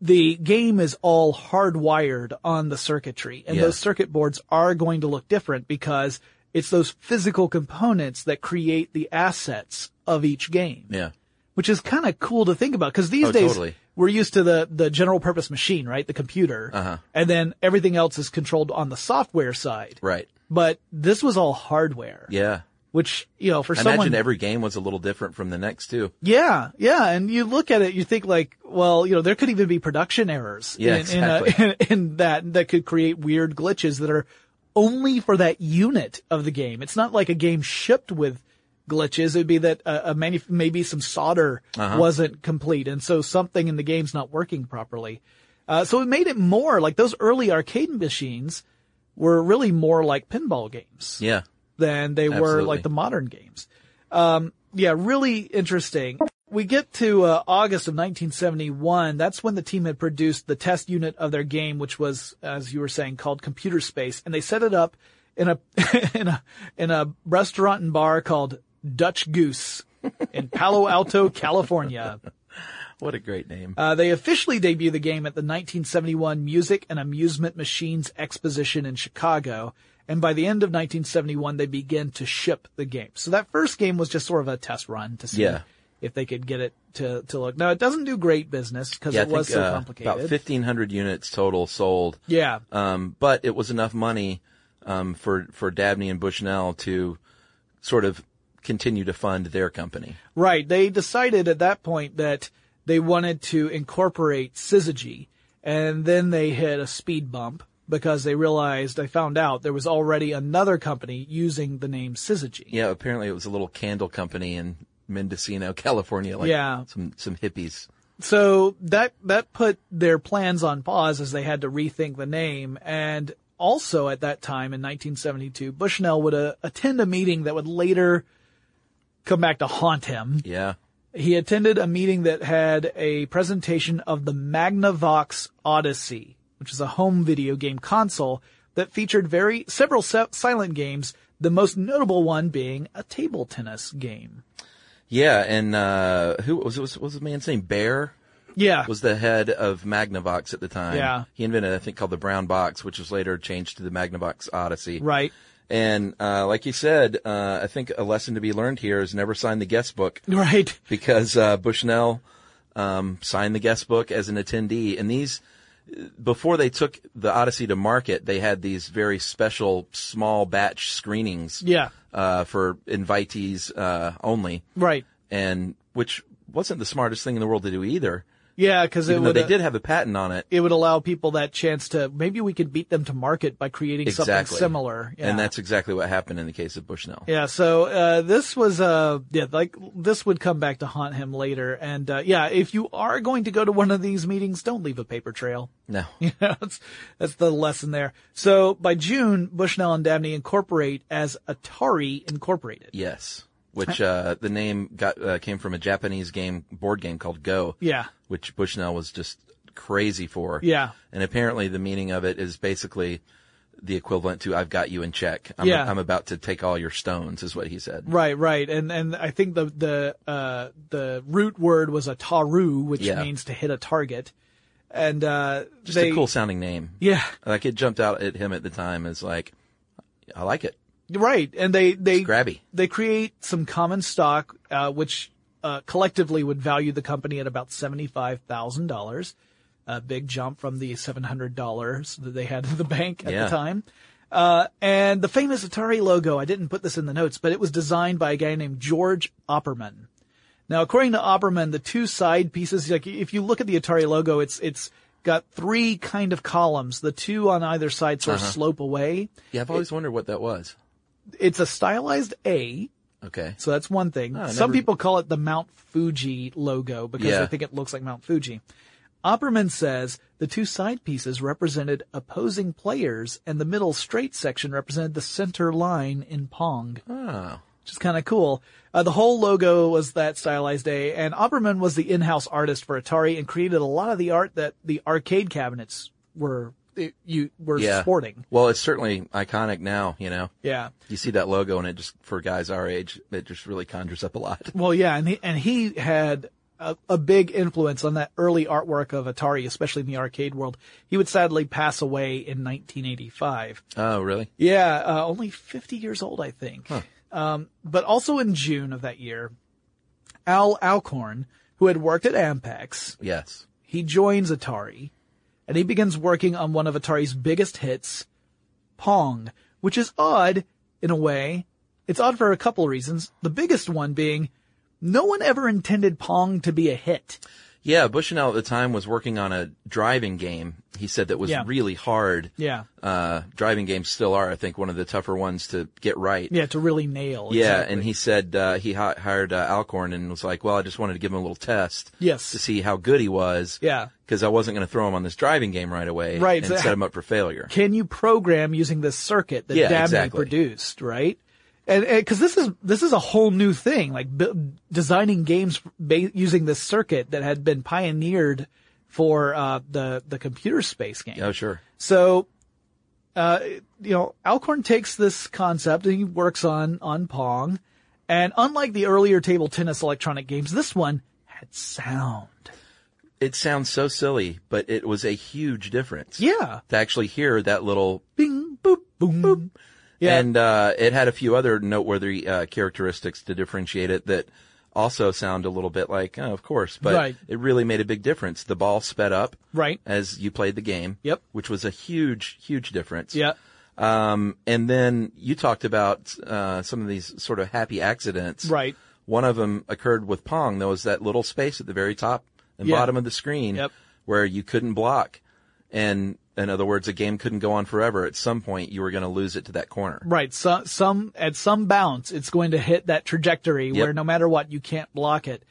[SPEAKER 2] the game is all hardwired on the circuitry and
[SPEAKER 3] Yeah.
[SPEAKER 2] those circuit boards are going to look different because it's those physical components that create the assets of each game
[SPEAKER 3] Yeah.
[SPEAKER 2] which is kind of cool to think about because these
[SPEAKER 3] Oh,
[SPEAKER 2] days
[SPEAKER 3] totally.
[SPEAKER 2] we're used to the the general purpose machine, right? The computer,
[SPEAKER 3] Uh-huh.
[SPEAKER 2] and then everything else is controlled on the software side.
[SPEAKER 3] Right.
[SPEAKER 2] But this was all hardware,
[SPEAKER 3] Yeah.
[SPEAKER 2] which you know for
[SPEAKER 3] I
[SPEAKER 2] someone,
[SPEAKER 3] imagine every game was a little different from the next too.
[SPEAKER 2] yeah, yeah. And you look at it, you think like, well, you know, there could even be production errors
[SPEAKER 3] Yeah,
[SPEAKER 2] in, uh, in, a,
[SPEAKER 3] exactly.
[SPEAKER 2] in, in that that could create weird glitches that are only for that unit of the game. It's not like a game shipped with glitches. It would be that uh, a, a manuf- maybe some solder
[SPEAKER 3] Uh-huh.
[SPEAKER 2] wasn't complete, and so something in the game's not working properly. Uh, so it made it more like those early arcade machines were really more like pinball games
[SPEAKER 3] Yeah.
[SPEAKER 2] than they were
[SPEAKER 3] Absolutely.
[SPEAKER 2] like the modern games. Um, yeah, really interesting. We get to uh, August of 1971. That's when the team had produced the test unit of their game, which was, as you were saying, called Computer Space, and they set it up in a in a in a restaurant and bar called Dutch Goose in Palo Alto, California.
[SPEAKER 3] What a great name.
[SPEAKER 2] Uh, they officially debuted the game at the 1971 Music and Amusement Machines Exposition in Chicago. And by the end of 1971, they began to ship the game. So that first game was just sort of a test run to see
[SPEAKER 3] Yeah.
[SPEAKER 2] if they could get it to, to look. Now it doesn't do great business because
[SPEAKER 3] yeah, I
[SPEAKER 2] it was
[SPEAKER 3] think,
[SPEAKER 2] so
[SPEAKER 3] uh,
[SPEAKER 2] complicated.
[SPEAKER 3] about 1500 units total sold.
[SPEAKER 2] yeah.
[SPEAKER 3] Um, but it was enough money, um, for, for Dabney and Bushnell to sort of continue to fund their company.
[SPEAKER 2] Right. They decided at that point that they wanted to incorporate syzygy and then they hit a speed bump because they realized, they found out there was already another company using the name syzygy.
[SPEAKER 3] Yeah. Apparently it was a little candle company in Mendocino, California. Like
[SPEAKER 2] Yeah.
[SPEAKER 3] some, some hippies.
[SPEAKER 2] so that that put their plans on pause as they had to rethink the name and also at that time in 1972 bushnell would uh, attend a meeting that would later come back to haunt him
[SPEAKER 3] Yeah.
[SPEAKER 2] he attended a meeting that had a presentation of the Magnavox Odyssey, which is a home video game console that featured very several si- silent games, the most notable one being a table tennis game.
[SPEAKER 3] Yeah. And, uh, who was, was, was the man's name? Bear?
[SPEAKER 2] Yeah.
[SPEAKER 3] was the head of Magnavox at the time.
[SPEAKER 2] Yeah.
[SPEAKER 3] He invented a thing called the Brown Box, which was later changed to the Magnavox Odyssey.
[SPEAKER 2] right.
[SPEAKER 3] And, uh, like you said, uh, I think a lesson to be learned here is never sign the guest book
[SPEAKER 2] Right.
[SPEAKER 3] because, uh, Bushnell, um, signed the guest book as an attendee. And these, before they took the Odyssey to market, they had these very special small batch screenings.
[SPEAKER 2] Yeah.
[SPEAKER 3] Uh, for invitees, uh, only.
[SPEAKER 2] Right.
[SPEAKER 3] And which wasn't the smartest thing in the world to do either.
[SPEAKER 2] Yeah, because it
[SPEAKER 3] Even though
[SPEAKER 2] would
[SPEAKER 3] they did have a patent on it.
[SPEAKER 2] it would allow people that chance to maybe we could beat them to market by creating something
[SPEAKER 3] Exactly.
[SPEAKER 2] similar. Yeah.
[SPEAKER 3] And that's exactly what happened in the case of Bushnell.
[SPEAKER 2] yeah. So uh, this was uh yeah like this would come back to haunt him later. And uh, yeah, if you are going to go to one of these meetings, don't leave a paper trail.
[SPEAKER 3] No.
[SPEAKER 2] that's that's the lesson there. So by June, Bushnell and Dabney incorporate as Atari Incorporated.
[SPEAKER 3] Yes. Which, uh, the name got, uh, came from a Japanese game, board game called Go.
[SPEAKER 2] Yeah.
[SPEAKER 3] Which Bushnell was just crazy for.
[SPEAKER 2] Yeah.
[SPEAKER 3] And apparently the meaning of it is basically the equivalent to I've got you in check. I'm,
[SPEAKER 2] Yeah.
[SPEAKER 3] I'm about to take all your stones is what he said.
[SPEAKER 2] Right, right, and and I think the the uh, the root word was a taru, which
[SPEAKER 3] Yeah.
[SPEAKER 2] means to hit a target, and uh,
[SPEAKER 3] Just
[SPEAKER 2] they
[SPEAKER 3] a cool sounding name.
[SPEAKER 2] yeah,
[SPEAKER 3] Like it jumped out at him at the time as like, I like it.
[SPEAKER 2] right, and they they
[SPEAKER 3] Grabby.
[SPEAKER 2] they create some common stock, uh, which uh, collectively would value the company at about seventy five thousand dollars, a big jump from the seven hundred dollars that they had in the bank at
[SPEAKER 3] Yeah.
[SPEAKER 2] the time. Uh, and the famous Atari logo, I didn't put this in the notes, but it was designed by a guy named George Opperman. Now, according to Opperman, the two side pieces, like if you look at the Atari logo, it's it's got three kind of columns. The two on either side sort of slope away.
[SPEAKER 3] Yeah. I've always wondered what that was.
[SPEAKER 2] It's a stylized A,
[SPEAKER 3] Okay.
[SPEAKER 2] so that's one thing.
[SPEAKER 3] Ah, I
[SPEAKER 2] Some
[SPEAKER 3] never-
[SPEAKER 2] people call it the Mount Fuji logo because
[SPEAKER 3] Yeah.
[SPEAKER 2] they think it looks like Mount Fuji. Opperman says the two side pieces represented opposing players and the middle straight section represented the center line in Pong.
[SPEAKER 3] Oh,
[SPEAKER 2] which is kind of cool. Uh, the whole logo was that stylized A, and Opperman was the in-house artist for Atari and created a lot of the art that the arcade cabinets were it- you were
[SPEAKER 3] Yeah.
[SPEAKER 2] sporting.
[SPEAKER 3] Well, it's certainly iconic now, you know.
[SPEAKER 2] Yeah.
[SPEAKER 3] You see that logo and it just, for guys our age, it just really conjures up a lot.
[SPEAKER 2] Well, yeah, and he, and he had a, a big influence on that early artwork of Atari, especially in the arcade world. He would sadly pass away in 1985.
[SPEAKER 3] Oh, really?
[SPEAKER 2] Yeah, uh, only 50 years old, I think. Um, but also in June of that year, Al Alcorn, who had worked at Ampex,
[SPEAKER 3] Yes.
[SPEAKER 2] he joins Atari and he begins working on one of Atari's biggest hits, Pong, which is odd in a way. It's odd for a couple reasons. The biggest one being no one ever intended Pong to be a hit.
[SPEAKER 3] Yeah, Bushnell at the time was working on a driving game. He said that was
[SPEAKER 2] Yeah.
[SPEAKER 3] really hard.
[SPEAKER 2] Yeah.
[SPEAKER 3] Uh, driving games still are, I think, one of the tougher ones to get right.
[SPEAKER 2] Yeah, to really nail.
[SPEAKER 3] Yeah,
[SPEAKER 2] exactly.
[SPEAKER 3] and he said uh, he hi- hired uh, Alcorn and was like, "Well, I just wanted to give him a little test,
[SPEAKER 2] Yes.
[SPEAKER 3] to see how good he was,
[SPEAKER 2] Yeah.
[SPEAKER 3] because I wasn't going to throw him on this driving game right away,
[SPEAKER 2] Right,
[SPEAKER 3] and
[SPEAKER 2] so-
[SPEAKER 3] set him up for failure."
[SPEAKER 2] can you program using this circuit that
[SPEAKER 3] Yeah,
[SPEAKER 2] Dabney
[SPEAKER 3] exactly.
[SPEAKER 2] produced, right? And because this is this is a whole new thing, like bu designing games ba- using this circuit that had been pioneered for uh, the the computer space game.
[SPEAKER 3] Oh, sure.
[SPEAKER 2] So, uh, you know, Alcorn takes this concept and he works on on Pong, and unlike the earlier table tennis electronic games, this one had sound.
[SPEAKER 3] It sounds so silly, but it was a huge difference.
[SPEAKER 2] Yeah,
[SPEAKER 3] To actually hear that little,
[SPEAKER 2] bing boop boom boop. Yeah.
[SPEAKER 3] and uh, it had a few other noteworthy uh, characteristics to differentiate it that also sound a little bit like, oh, of course, but
[SPEAKER 2] Right.
[SPEAKER 3] it really made a big difference. The ball sped up
[SPEAKER 2] Right.
[SPEAKER 3] as you played the game.
[SPEAKER 2] Yep.
[SPEAKER 3] Which was a huge, huge difference.
[SPEAKER 2] Yeah.
[SPEAKER 3] Um, and then you talked about uh, some of these sort of happy accidents.
[SPEAKER 2] Right.
[SPEAKER 3] One of them occurred with Pong. There was that little space at the very top and
[SPEAKER 2] Yeah.
[SPEAKER 3] bottom of the screen
[SPEAKER 2] Yep.
[SPEAKER 3] where you couldn't block. And in other words, a game couldn't go on forever. At some point, you were going to lose it to that corner.
[SPEAKER 2] Right. So, some at some bounce, it's going to hit that trajectory where no matter what, you can't block it.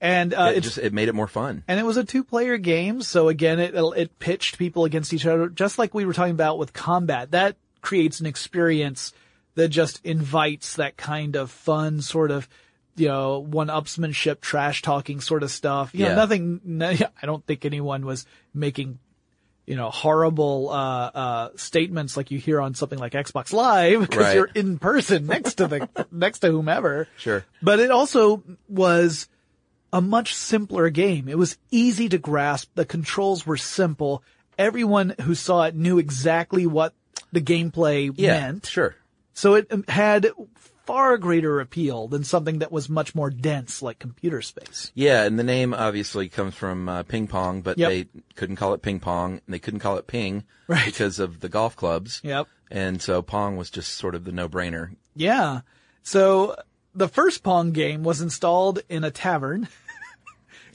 [SPEAKER 2] And uh,
[SPEAKER 3] It
[SPEAKER 2] it's
[SPEAKER 3] just it made it more fun.
[SPEAKER 2] and it was a two-player game, so again, it it pitched people against each other, just like we were talking about with combat. That creates an experience that just invites that kind of fun, sort of, you know, one-upsmanship, trash-talking sort of stuff. You know,
[SPEAKER 3] Yeah.
[SPEAKER 2] nothing. No, I don't think anyone was making, you know, horrible uh, uh, statements like you hear on something like Xbox Live because
[SPEAKER 3] Right.
[SPEAKER 2] you're in person next to the next to whomever.
[SPEAKER 3] Sure.
[SPEAKER 2] But it also was a much simpler game. It was easy to grasp. The controls were simple. Everyone who saw it knew exactly what the gameplay
[SPEAKER 3] Yeah.
[SPEAKER 2] meant.
[SPEAKER 3] Sure.
[SPEAKER 2] So it um, had far greater appeal than something that was much more dense like computer space.
[SPEAKER 3] Yeah, and the name obviously comes from uh, ping pong, but
[SPEAKER 2] Yep.
[SPEAKER 3] they couldn't call it ping pong, and they couldn't call it ping
[SPEAKER 2] Right.
[SPEAKER 3] because of the golf clubs.
[SPEAKER 2] Yep.
[SPEAKER 3] And so pong was just sort of the no-brainer.
[SPEAKER 2] Yeah. So the first Pong game was installed in a tavern,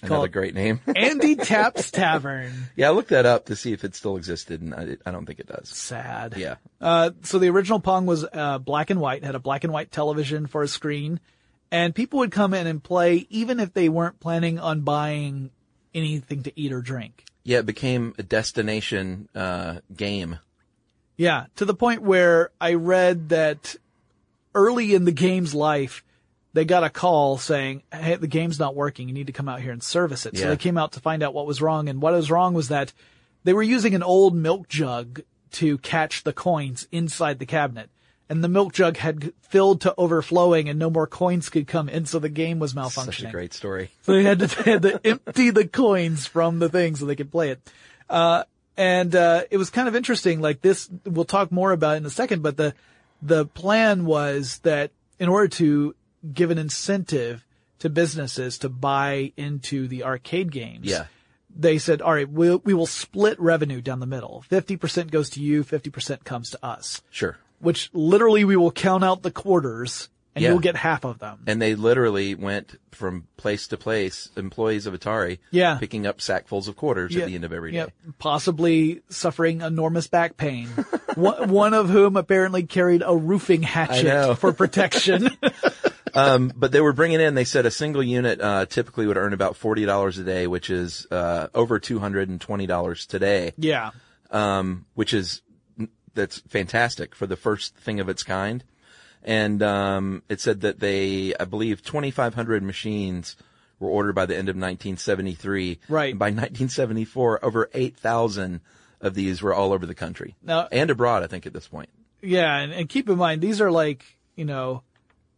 [SPEAKER 3] Another
[SPEAKER 2] Called-
[SPEAKER 3] great name.
[SPEAKER 2] Andy Tapp's Tavern.
[SPEAKER 3] yeah, I looked that up to see if it still existed, and I, I don't think it does.
[SPEAKER 2] Sad.
[SPEAKER 3] Yeah.
[SPEAKER 2] Uh, so the original Pong was uh, black and white, had a black and white television for a screen, and people would come in and play even if they weren't planning on buying anything to eat or drink.
[SPEAKER 3] Yeah, it became a destination uh, game.
[SPEAKER 2] Yeah, to the point where I read that early in the game's life, they got a call saying, "Hey, the game's not working. You need to come out here and service it." So
[SPEAKER 3] Yeah.
[SPEAKER 2] they came out to find out what was wrong, and what was wrong was that they were using an old milk jug to catch the coins inside the cabinet. And the milk jug had filled to overflowing and no more coins could come in, so the game was malfunctioning.
[SPEAKER 3] Such a great story.
[SPEAKER 2] So they had to, they had to empty the coins from the thing so they could play it. Uh, and, uh, it was kind of interesting. Like this, we'll talk more about it in a second, but the, the plan was that in order to give an incentive to businesses to buy into the arcade games,
[SPEAKER 3] Yeah.
[SPEAKER 2] they said, all right, we'll, we will split revenue down the middle. 50% goes to you, 50% comes to us,
[SPEAKER 3] Sure.
[SPEAKER 2] which literally we will count out the quarters and
[SPEAKER 3] Yeah.
[SPEAKER 2] you'll get half of them.
[SPEAKER 3] And they literally went from place to place, employees of Atari,
[SPEAKER 2] Yeah.
[SPEAKER 3] picking up sackfuls of quarters at the end of every day.
[SPEAKER 2] Yep. Possibly suffering enormous back pain. one, one of whom apparently carried a roofing
[SPEAKER 3] know.
[SPEAKER 2] hatchet for protection.
[SPEAKER 3] Um, but they were bringing in, they said a single unit, uh, typically would earn about $40 a day, which is, uh, over $220 today,
[SPEAKER 2] yeah.
[SPEAKER 3] um, which is, that's fantastic for the first thing of its kind. And um, it said that they, I believe, 2,500 machines were ordered by the end of 1973.
[SPEAKER 2] Right.
[SPEAKER 3] And by 1974, over 8,000 of these were all over the country
[SPEAKER 2] Now-
[SPEAKER 3] and abroad. I think at this point.
[SPEAKER 2] Yeah, and, and keep in mind these are like you know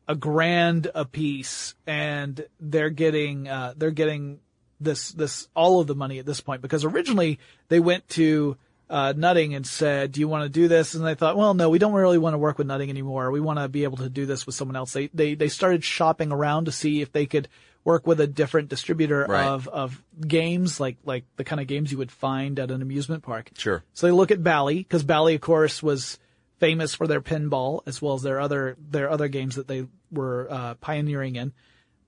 [SPEAKER 2] a grand a piece, and they're getting uh, they're getting this this all of the money at this point because originally they went to uh, Nutting and said, "Do you want to do this?" And they thought, "Well, no, we don't really want to work with Nutting anymore. We want to be able to do this with someone else." They they they started shopping around to see if they could work with a different distributor
[SPEAKER 3] Right.
[SPEAKER 2] of of games like like the kind of games you would find at an amusement park.
[SPEAKER 3] Sure.
[SPEAKER 2] So they look at Bally because Bally, of course, was famous for their pinball as well as their other their other games that they were uh, pioneering in.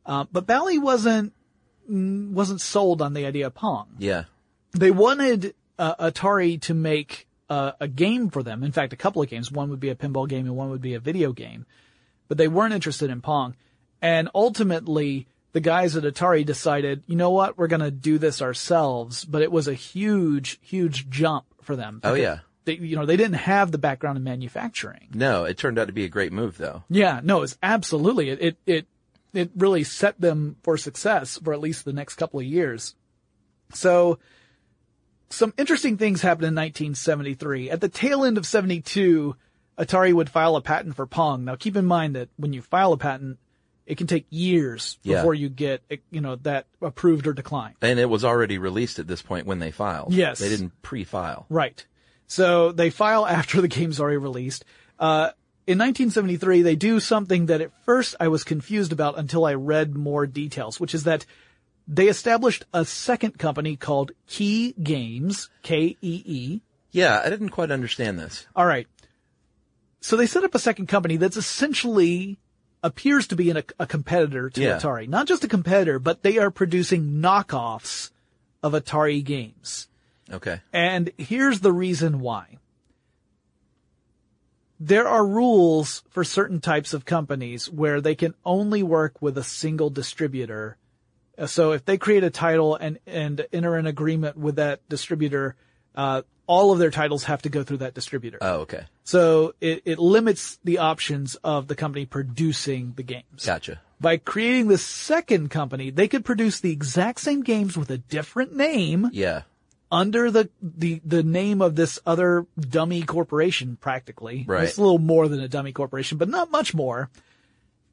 [SPEAKER 2] Uh, but Bally wasn't mm, wasn't sold on the idea of Pong.
[SPEAKER 3] Yeah.
[SPEAKER 2] They wanted uh, Atari to make uh, a game for them. In fact, a couple of games. One would be a pinball game and one would be a video game. But they weren't interested in Pong. And ultimately, the guys at Atari decided, you know what, we're going to do this ourselves. But it was a huge, huge jump for them
[SPEAKER 3] Oh yeah.
[SPEAKER 2] they, you know, they didn't have the background in manufacturing.
[SPEAKER 3] No, it turned out to be a great move though.
[SPEAKER 2] Yeah, no, it's absolutely it it it, it really set them for success for at least the next couple of years. So some interesting things happened in 1973. At the tail end of 72, Atari would file a patent for Pong. Now keep in mind that when you file a patent, it can take years
[SPEAKER 3] Yeah.
[SPEAKER 2] before you get, you know, that approved or declined.
[SPEAKER 3] And it was already released at this point when they filed.
[SPEAKER 2] Yes.
[SPEAKER 3] They didn't pre-file.
[SPEAKER 2] Right. So they file after the game's already released. Uh, in 1973, they do something that at first I was confused about until I read more details, which is that they established a second company called Key Games, K-E-E.
[SPEAKER 3] Yeah, I didn't quite understand this.
[SPEAKER 2] All right. So they set up a second company that's essentially appears to be an, a competitor to
[SPEAKER 3] Yeah.
[SPEAKER 2] Atari. Not just a competitor, but they are producing knockoffs of Atari games.
[SPEAKER 3] Okay.
[SPEAKER 2] And here's the reason why. There are rules for certain types of companies where they can only work with a single distributor. Uh, So if they create a title and, and enter an agreement with that distributor, uh, all of their titles have to go through that distributor.
[SPEAKER 3] Oh, okay.
[SPEAKER 2] so it, it limits the options of the company producing the games.
[SPEAKER 3] Gotcha.
[SPEAKER 2] By creating this second company, they could produce the exact same games with a different name
[SPEAKER 3] Yeah.
[SPEAKER 2] under the, the, the name of this other dummy corporation, practically.
[SPEAKER 3] Right.
[SPEAKER 2] It's a little more than a dummy corporation, but not much more.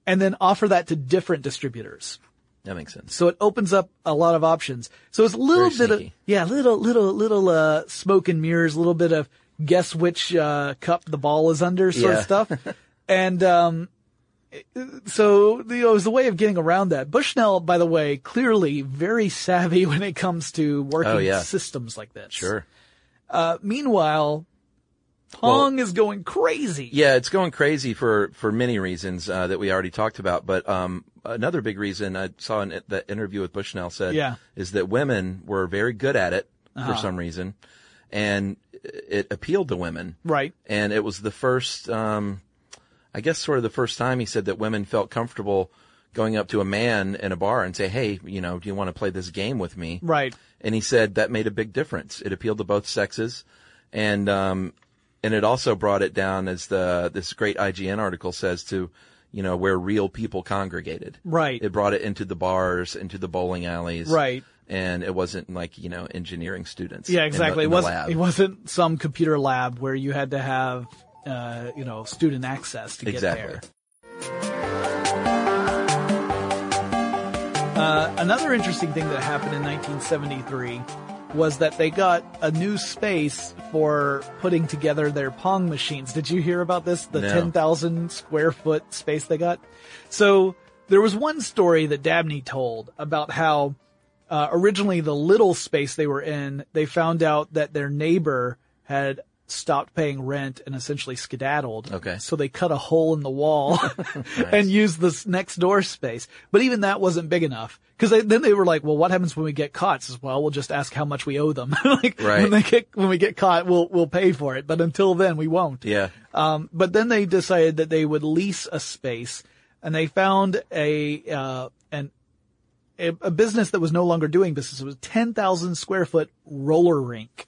[SPEAKER 2] And then offer that to different distributors.
[SPEAKER 3] That makes sense.
[SPEAKER 2] So it opens up a lot of options. So it's a little
[SPEAKER 3] Very
[SPEAKER 2] bit of,
[SPEAKER 3] sneaky.
[SPEAKER 2] yeah, little, little, little, uh, smoke and mirrors, a little bit of guess which, uh, cup the ball is under sort of
[SPEAKER 3] Yeah.
[SPEAKER 2] stuff. and, um, so, you know, it was a way of getting around that. Bushnell, by the way, clearly very savvy when it comes to working
[SPEAKER 3] Oh, yeah.
[SPEAKER 2] systems like this.
[SPEAKER 3] Sure.
[SPEAKER 2] Meanwhile, Pong is going crazy.
[SPEAKER 3] Yeah, it's going crazy for, for many reasons uh, that we already talked about. But um, another big reason I saw in that interview with Bushnell said
[SPEAKER 2] Yeah. Uh-huh.
[SPEAKER 3] is that women were very good at it for some reason, and it appealed to women.
[SPEAKER 2] Right.
[SPEAKER 3] And it was the first, um, I guess, sort of the first time he said that women felt comfortable going up to a man in a bar and say, "Hey, you know, do you want to play this game with me?"
[SPEAKER 2] Right.
[SPEAKER 3] and he said that made a big difference. It appealed to both sexes, and um, and it also brought it down, as the this great IGN article says, to you know where real people congregated.
[SPEAKER 2] Right.
[SPEAKER 3] It brought it into the bars, into the bowling alleys.
[SPEAKER 2] Right.
[SPEAKER 3] And it wasn't like you know engineering students.
[SPEAKER 2] Yeah,
[SPEAKER 3] in the-
[SPEAKER 2] exactly. it
[SPEAKER 3] in the
[SPEAKER 2] wasn't,
[SPEAKER 3] lab.
[SPEAKER 2] it wasn't some computer lab where you had to have, uh, you know, student access to
[SPEAKER 3] Exactly.
[SPEAKER 2] get there. Uh, another interesting thing that happened in 1973 was that they got a new space for putting together their Pong machines. Did you hear about this? The
[SPEAKER 3] No.
[SPEAKER 2] 10,000 square foot space they got? So there was one story that Dabney told about how uh, originally the little space they were in, they found out that their neighbor had stopped paying rent and essentially skedaddled.
[SPEAKER 3] Okay.
[SPEAKER 2] So they cut a hole in the wall and used this next door space. But even that wasn't big enough. Cause they, then they were like, well, what happens when we get caught? Says, well, we'll just ask how much we owe them. like when
[SPEAKER 3] Right.
[SPEAKER 2] they get, when we get caught, we'll, we'll pay for it. But until then we won't.
[SPEAKER 3] Yeah.
[SPEAKER 2] Um, but then they decided that they would lease a space, and they found a uh, an a, a business that was no longer doing business. It was a ten thousand square foot roller rink,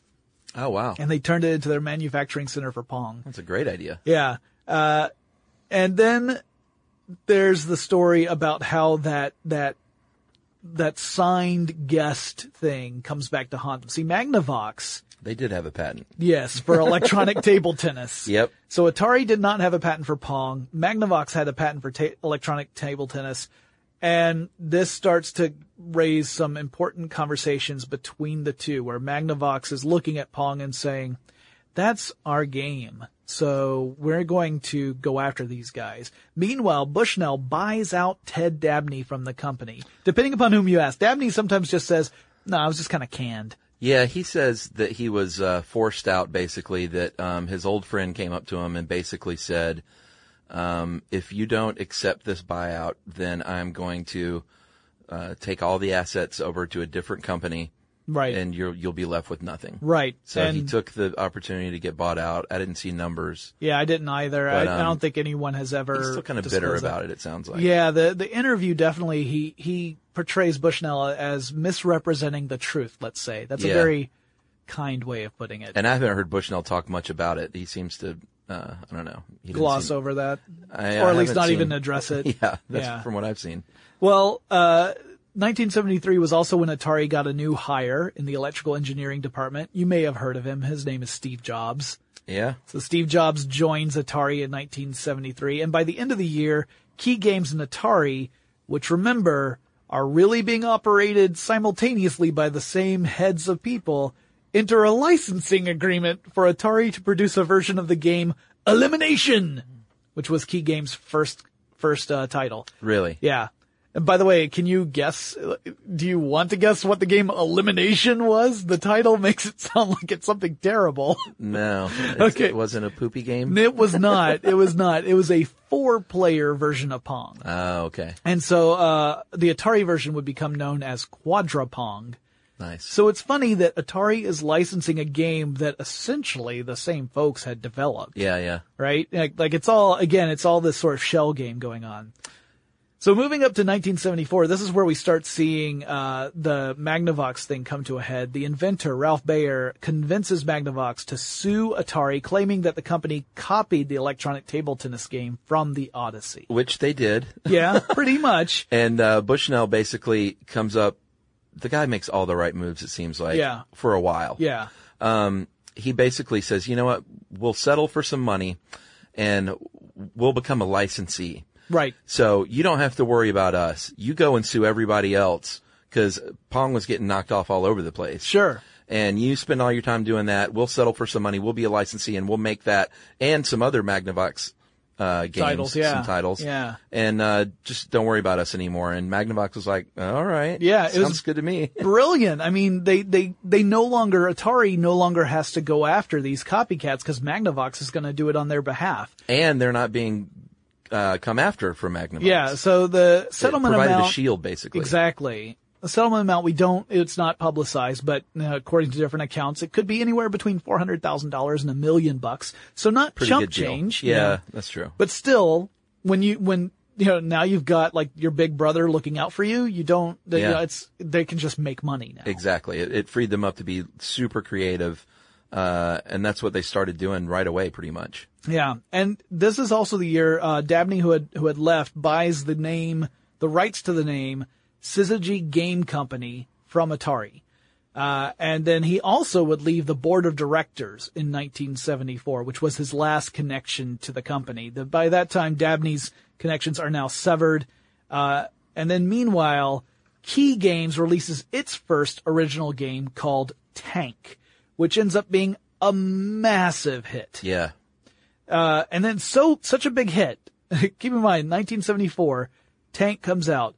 [SPEAKER 3] Oh wow.
[SPEAKER 2] and they turned it into their manufacturing center for Pong.
[SPEAKER 3] That's a great idea.
[SPEAKER 2] Yeah. Uh, And then there's the story about how that that that signed guest thing comes back to haunt them. See, Magnavox,
[SPEAKER 3] They did have a patent.
[SPEAKER 2] yes, for electronic table tennis.
[SPEAKER 3] Yep.
[SPEAKER 2] So Atari did not have a patent for Pong. Magnavox had a patent for ta- electronic table tennis. And this starts to raise some important conversations between the two where Magnavox is looking at Pong and saying, that's our game. So we're going to go after these guys. Meanwhile, Bushnell buys out Ted Dabney from the company. Depending upon whom you ask, Dabney sometimes just says, no, I was just kind of canned.
[SPEAKER 3] Yeah, he says that he was uh, forced out basically, that um, his old friend came up to him and basically said, um, if you don't accept this buyout, then I'm going to uh, take all the assets over to a different company
[SPEAKER 2] Right.
[SPEAKER 3] and you'll, you'll be left with nothing.
[SPEAKER 2] right.
[SPEAKER 3] So
[SPEAKER 2] and
[SPEAKER 3] he took the opportunity to get bought out. I didn't see numbers.
[SPEAKER 2] yeah, I didn't either.
[SPEAKER 3] But,
[SPEAKER 2] I, I
[SPEAKER 3] um,
[SPEAKER 2] don't think anyone has ever.
[SPEAKER 3] He's still kind of bitter
[SPEAKER 2] disclosed that.
[SPEAKER 3] about it, it sounds like.
[SPEAKER 2] Yeah, the the interview definitely he he portrays Bushnell as misrepresenting the truth. Let's say that's a
[SPEAKER 3] Yeah.
[SPEAKER 2] very kind way of putting it.
[SPEAKER 3] And I haven't heard Bushnell talk much about it. He seems to, uh, I don't know. He didn't
[SPEAKER 2] Gloss
[SPEAKER 3] seem-
[SPEAKER 2] over that,
[SPEAKER 3] I-
[SPEAKER 2] or
[SPEAKER 3] I
[SPEAKER 2] at least
[SPEAKER 3] haven't
[SPEAKER 2] not
[SPEAKER 3] seen-
[SPEAKER 2] even address it.
[SPEAKER 3] Yeah, that's
[SPEAKER 2] Yeah.
[SPEAKER 3] from what I've seen.
[SPEAKER 2] Well, uh, 1973 was also when Atari got a new hire in the electrical engineering department. You may have heard of him. His name is Steve Jobs.
[SPEAKER 3] Yeah.
[SPEAKER 2] So Steve Jobs joins Atari in 1973, and by the end of the year, Key Games and Atari, which remember are really being operated simultaneously by the same heads of people, enter a licensing agreement for Atari to produce a version of the game Elimination, which was Key Games' first first uh, title.
[SPEAKER 3] Really?
[SPEAKER 2] Yeah. And by the way, can you guess? Do you want to guess what the game Elimination was? The title makes it sound like it's something terrible.
[SPEAKER 3] No. It's-
[SPEAKER 2] Okay.
[SPEAKER 3] It wasn't a poopy game.
[SPEAKER 2] It was not. It was not. It was a four player version of Pong.
[SPEAKER 3] Oh, okay.
[SPEAKER 2] And so, uh, the Atari version would become known as Quadrapong.
[SPEAKER 3] Nice.
[SPEAKER 2] So it's funny that Atari is licensing a game that essentially the same folks had developed,
[SPEAKER 3] yeah, yeah.
[SPEAKER 2] right? Like, like it's all, again, it's all this sort of shell game going on. So moving up to 1974, this is where we start seeing, uh, the Magnavox thing come to a head. The inventor, Ralph Bayer, convinces Magnavox to sue Atari, claiming that the company copied the electronic table tennis game from the Odyssey.
[SPEAKER 3] Which they did.
[SPEAKER 2] Yeah, pretty much.
[SPEAKER 3] And uh, Bushnell basically comes up. The guy makes all the right moves, it seems like.
[SPEAKER 2] Yeah.
[SPEAKER 3] For a while.
[SPEAKER 2] Yeah.
[SPEAKER 3] Um, he basically says, you know what? We'll settle for some money and we'll become a licensee.
[SPEAKER 2] Right.
[SPEAKER 3] So you don't have to worry about us. You go and sue everybody else because Pong was getting knocked off all over the place.
[SPEAKER 2] Sure.
[SPEAKER 3] And you spend all your time doing that. We'll settle for some money. We'll be a licensee and we'll make that and some other Magnavox, uh, games,
[SPEAKER 2] Titles, yeah.
[SPEAKER 3] some titles.
[SPEAKER 2] Yeah.
[SPEAKER 3] And, uh, just don't worry about us anymore. And Magnavox was like, all right.
[SPEAKER 2] Yeah, it
[SPEAKER 3] Sounds
[SPEAKER 2] was-
[SPEAKER 3] good to me.
[SPEAKER 2] Brilliant. I mean, they, they, they no longer, Atari no longer has to go after these copycats because Magnavox is going to do it on their behalf.
[SPEAKER 3] and they're not being, uh, come after from Magnavox.
[SPEAKER 2] Yeah. So the
[SPEAKER 3] It
[SPEAKER 2] settlement
[SPEAKER 3] provided
[SPEAKER 2] amount.
[SPEAKER 3] a shield basically.
[SPEAKER 2] Exactly. The settlement amount we don't, it's not publicized, but uh, according to different accounts, it could be anywhere between $400,000 and a million bucks. So not
[SPEAKER 3] Pretty
[SPEAKER 2] chump
[SPEAKER 3] good deal.
[SPEAKER 2] change.
[SPEAKER 3] Yeah,
[SPEAKER 2] you know.
[SPEAKER 3] that's true.
[SPEAKER 2] But still, when you when you know now you've got like your big brother looking out for you, you don't. They,
[SPEAKER 3] Yeah.
[SPEAKER 2] you know, it's they can just make money now.
[SPEAKER 3] Exactly. It, it freed them up to be super creative. Uh, and that's what they started doing right away, pretty much.
[SPEAKER 2] Yeah, and this is also the year uh, Dabney, who had who had left, buys the name, the rights to the name, Syzygy Game Company from Atari. Uh, and then he also would leave the board of directors in 1974, which was his last connection to the company. The, by that time, Dabney's connections are now severed. Uh, and then meanwhile, Key Games releases its first original game called Tank, which ends up being a massive hit.
[SPEAKER 3] Yeah.
[SPEAKER 2] Uh, and then so such a big hit. Keep in mind, 1974, Tank comes out.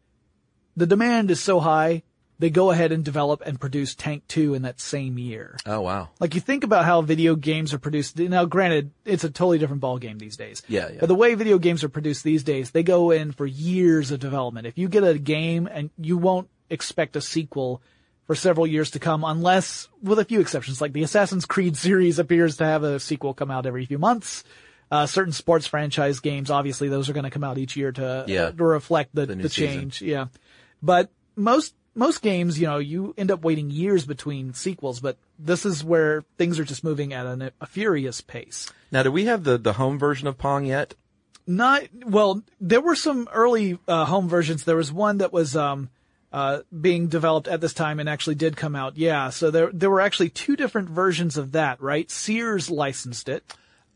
[SPEAKER 2] The demand is so high, they go ahead and develop and produce Tank 2 in that same year.
[SPEAKER 3] Oh, wow.
[SPEAKER 2] Like you think about how video games are produced. Now, granted, it's a totally different ballgame these days.
[SPEAKER 3] Yeah, yeah.
[SPEAKER 2] But the way video games are produced these days, they go in for years of development. If you get a game and you won't expect a sequel for several years to come, unless with a few exceptions, like the Assassin's Creed series appears to have a sequel come out every few months. Uh, certain sports franchise games, obviously, those are going to come out each year to
[SPEAKER 3] Yeah.
[SPEAKER 2] to reflect the, the,
[SPEAKER 3] new season.
[SPEAKER 2] change. Yeah. But most, most games, you know, you end up waiting years between sequels, but this is where things are just moving at an, a furious pace.
[SPEAKER 3] Now, do we have the, the home version of Pong yet?
[SPEAKER 2] Not well. There were some early uh, home versions. There was one that was um, uh, being developed at this time and actually did come out. Yeah, so there there were actually two different versions of that. Right, Sears licensed it,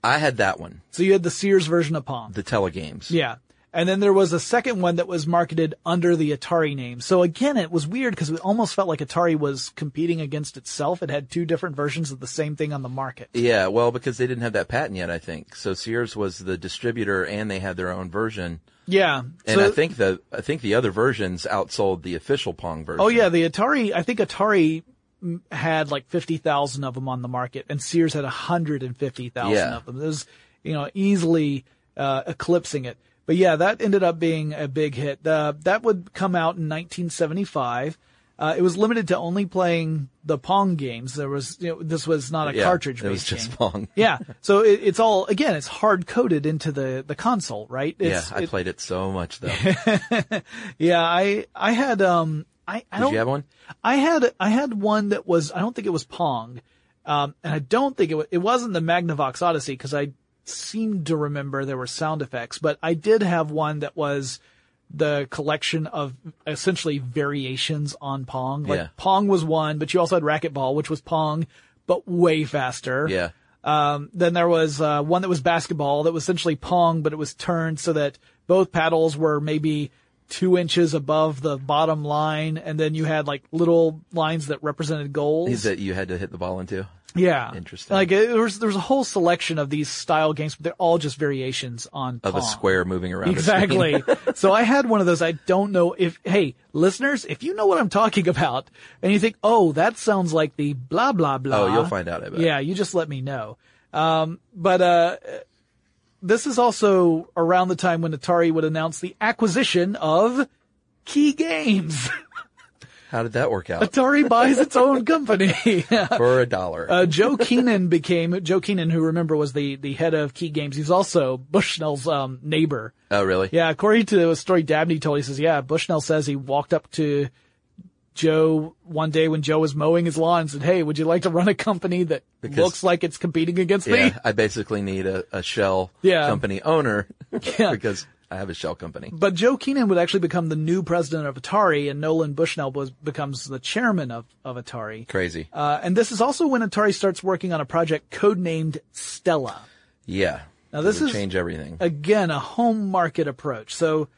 [SPEAKER 3] I had that one,
[SPEAKER 2] so you had the Sears version of Pong.
[SPEAKER 3] the telegames.
[SPEAKER 2] yeah, and then there was a second one that was marketed under the Atari name. So again, it was weird because it almost felt like Atari was competing against itself. It had two different versions of the same thing on the market.
[SPEAKER 3] Yeah, well, because they didn't have that patent yet, I think. So Sears was the distributor, and they had their own version.
[SPEAKER 2] Yeah,
[SPEAKER 3] And
[SPEAKER 2] so-
[SPEAKER 3] I think the I think the other versions outsold the official Pong version.
[SPEAKER 2] Oh yeah, the Atari. I think Atari mm, had like fifty thousand of them on the market, and Sears had hundred and fifty thousand
[SPEAKER 3] Yeah.
[SPEAKER 2] of them. It was, you know, easily uh, eclipsing it. But yeah, that ended up being a big hit. Uh, that would come out in 1975. Uh, it was limited to only playing the Pong games. There was, you know, this was not a
[SPEAKER 3] Yeah,
[SPEAKER 2] cartridge.
[SPEAKER 3] It was just Pong.
[SPEAKER 2] yeah, so it, it's all again. It's hard coded into the the console, right?
[SPEAKER 3] Yeah,
[SPEAKER 2] It's,
[SPEAKER 3] I
[SPEAKER 2] it-
[SPEAKER 3] played it so much though.
[SPEAKER 2] yeah. I I had um I I
[SPEAKER 3] Did
[SPEAKER 2] don't
[SPEAKER 3] you have one?
[SPEAKER 2] I had I had one that was I don't think it was Pong, um, and I don't think it was, it wasn't the Magnavox Odyssey because I seem to remember there were sound effects, but I did have one that was the collection of essentially variations on Pong. Like
[SPEAKER 3] Yeah.
[SPEAKER 2] Pong was one, but you also had Racquetball, which was Pong, but way faster.
[SPEAKER 3] Yeah.
[SPEAKER 2] Um, then there was uh, one that was basketball that was essentially pong, but it was turned so that both paddles were maybe two inches above the bottom line, and then you had like little lines that represented goals.
[SPEAKER 3] Is that you had to hit the ball into?
[SPEAKER 2] yeah,
[SPEAKER 3] Interesting.
[SPEAKER 2] Like it, there was there was a whole selection of these style games, but they're all just variations on
[SPEAKER 3] Of a
[SPEAKER 2] Pong.
[SPEAKER 3] square moving around. a screen.
[SPEAKER 2] Exactly. so I had one of those. I don't know if, hey, listeners, if you know what I'm talking about and you think, oh, that sounds like the blah, blah, blah.
[SPEAKER 3] Oh, you'll find out, I bet.
[SPEAKER 2] Yeah, you just let me know. Um, but, uh, this is also around the time when Atari would announce the acquisition of Key Games.
[SPEAKER 3] How did that work out?
[SPEAKER 2] Atari buys its own company.
[SPEAKER 3] For a dollar.
[SPEAKER 2] Uh, Joe Keenan became, Joe Keenan, who remember was the, the head of Key Games. He's also Bushnell's, um, neighbor.
[SPEAKER 3] oh, really?
[SPEAKER 2] Yeah, according to a story Dabney told, he says, yeah, Bushnell says he walked up to Joe one day when Joe was mowing his lawn and said, hey, would you like to run a company that
[SPEAKER 3] Because-
[SPEAKER 2] looks like it's competing against me?
[SPEAKER 3] Yeah, I basically need a, a shell
[SPEAKER 2] Yeah.
[SPEAKER 3] company owner
[SPEAKER 2] Yeah.
[SPEAKER 3] because I have a shell company.
[SPEAKER 2] But Joe Keenan would actually become the new president of Atari and Nolan Bushnell was, becomes the chairman of, of Atari.
[SPEAKER 3] Crazy.
[SPEAKER 2] Uh, and this is also when Atari starts working on a project codenamed Stella.
[SPEAKER 3] yeah.
[SPEAKER 2] now this
[SPEAKER 3] It would
[SPEAKER 2] is-
[SPEAKER 3] change everything.
[SPEAKER 2] again, a home market approach. So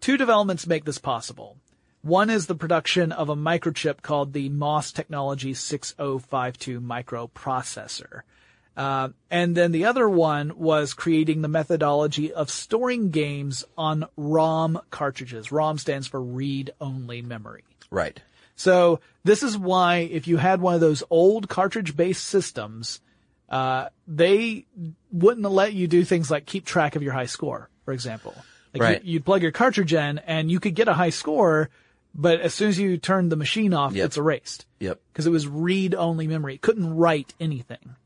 [SPEAKER 2] two developments make this possible. One is the production of a microchip called the MOS Technology 6052 microprocessor. Uh, and then the other one was creating the methodology of storing games on ROM cartridges. ROM stands for read only memory.
[SPEAKER 3] right.
[SPEAKER 2] So this is why if you had one of those old cartridge based systems, uh, they wouldn't let you do things like keep track of your high score, for example. Like
[SPEAKER 3] Right.
[SPEAKER 2] you, would plug your cartridge in and you could get a high score, but as soon as you turn the machine off,
[SPEAKER 3] Yep.
[SPEAKER 2] it's erased
[SPEAKER 3] Yep.
[SPEAKER 2] because it was read only memory. It couldn't write anything.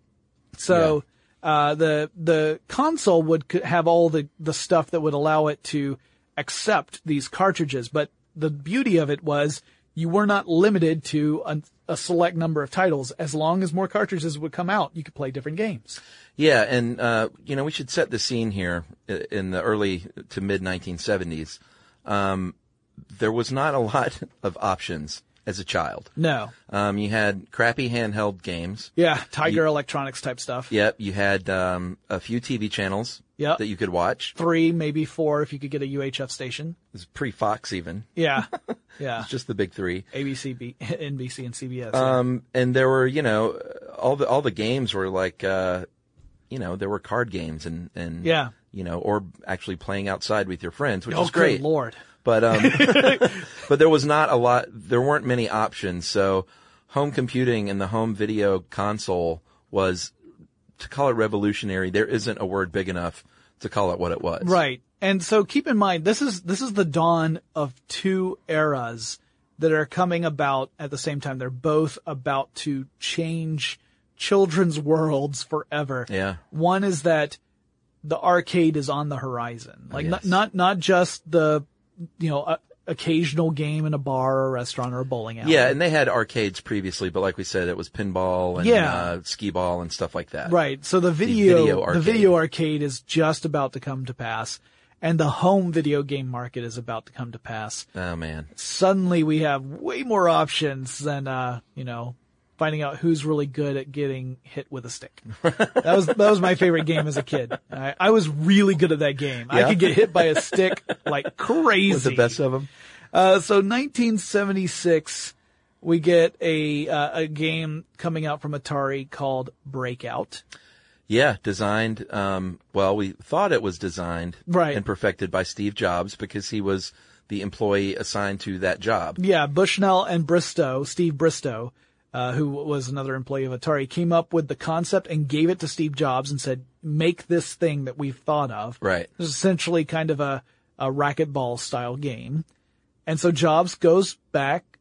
[SPEAKER 2] So, uh, the, the console would c- have all the, the stuff that would allow it to accept these cartridges. But the beauty of it was you were not limited to a, a select number of titles. As long as more cartridges would come out, you could play different games.
[SPEAKER 3] Yeah, and uh, you know we should set the scene here i- in the early to mid 1970s. Um, there was not a lot of options as a child.
[SPEAKER 2] No.
[SPEAKER 3] Um, you had crappy handheld games.
[SPEAKER 2] Yeah. Tiger electronics type stuff.
[SPEAKER 3] Yep, you had um, a few TV channels
[SPEAKER 2] Yep.
[SPEAKER 3] that you could watch. It
[SPEAKER 2] Three, maybe four if you could get a UHF station.
[SPEAKER 3] was pre-Fox even,
[SPEAKER 2] Yeah. Yeah.
[SPEAKER 3] just the big three.
[SPEAKER 2] ABC, B- NBC and CBS.
[SPEAKER 3] Um, and there were, you know, all the all the games were like, uh, you know, there were card games and and
[SPEAKER 2] Yeah.
[SPEAKER 3] you know, or actually playing outside with your friends, which
[SPEAKER 2] oh,
[SPEAKER 3] is great.
[SPEAKER 2] good lord.
[SPEAKER 3] But um, but there was not a lot. There weren't many options. So home computing and the home video console was to call it revolutionary. There isn't a word big enough to call it what it was.
[SPEAKER 2] Right. And so keep in mind, this is, this is the dawn of two eras that are coming about at the same time. They're both about to change children's worlds forever.
[SPEAKER 3] Yeah.
[SPEAKER 2] One is that the arcade is on the horizon. Like
[SPEAKER 3] yes.
[SPEAKER 2] not, not, not just the, you know, uh, occasional game in a bar or a restaurant or a bowling alley.
[SPEAKER 3] Yeah, and they had arcades previously, but like we said, it was pinball and
[SPEAKER 2] Yeah.
[SPEAKER 3] uh, skee ball and stuff like that.
[SPEAKER 2] Right. So the video, the
[SPEAKER 3] video
[SPEAKER 2] video,
[SPEAKER 3] arcade.
[SPEAKER 2] arcade is just about to come to pass and the home video game market is about to come to pass.
[SPEAKER 3] Oh man.
[SPEAKER 2] Suddenly we have way more options than, uh, you know, finding out who's really good at getting hit with a stick. that was, that was my favorite game as a kid. I, I was really good at that game. I
[SPEAKER 3] Yeah?
[SPEAKER 2] could get hit by a stick like crazy.
[SPEAKER 3] Was the best of them?
[SPEAKER 2] Uh, so 1976, we get a uh, a game coming out from Atari called Breakout.
[SPEAKER 3] Yeah, designed. Um, well, we thought it was designed
[SPEAKER 2] Right.
[SPEAKER 3] and perfected by Steve Jobs because he was the employee assigned to that job.
[SPEAKER 2] Yeah, Bushnell and Bristow, Steve Bristow, uh, who was another employee of Atari, came up with the concept and gave it to Steve Jobs and said, "Make this thing that we've thought of."
[SPEAKER 3] Right.
[SPEAKER 2] It's essentially kind of a a racquetball style game, and so Jobs goes back,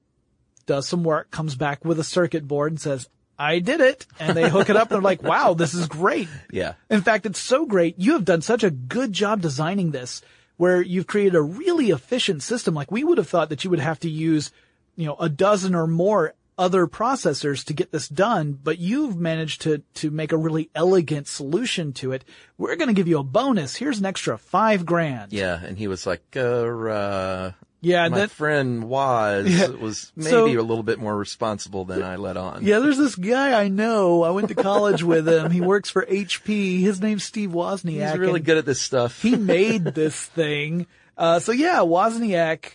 [SPEAKER 2] does some work, comes back with a circuit board and says. I did it. And they hook it up and they're like, wow, this is great.
[SPEAKER 3] Yeah.
[SPEAKER 2] In fact, it's so great. You have done such a good job designing this where you've created a really efficient system. Like we would have thought that you would have to use, you know, a dozen or more other processors to get this done, but you've managed to, to make a really elegant solution to it. We're going to give you a bonus. Here's an extra five grand.
[SPEAKER 3] Yeah. And he was like, uh, uh,
[SPEAKER 2] Yeah.
[SPEAKER 3] my
[SPEAKER 2] that-
[SPEAKER 3] friend Waz was maybe
[SPEAKER 2] So-
[SPEAKER 3] a little bit more responsible than I let on.
[SPEAKER 2] yeah, there's this guy I know. I went to college with him. He works for HP. His name's Steve Wozniak.
[SPEAKER 3] He's really
[SPEAKER 2] and-
[SPEAKER 3] good at this stuff.
[SPEAKER 2] he made this thing. Uh, so yeah, Wozniak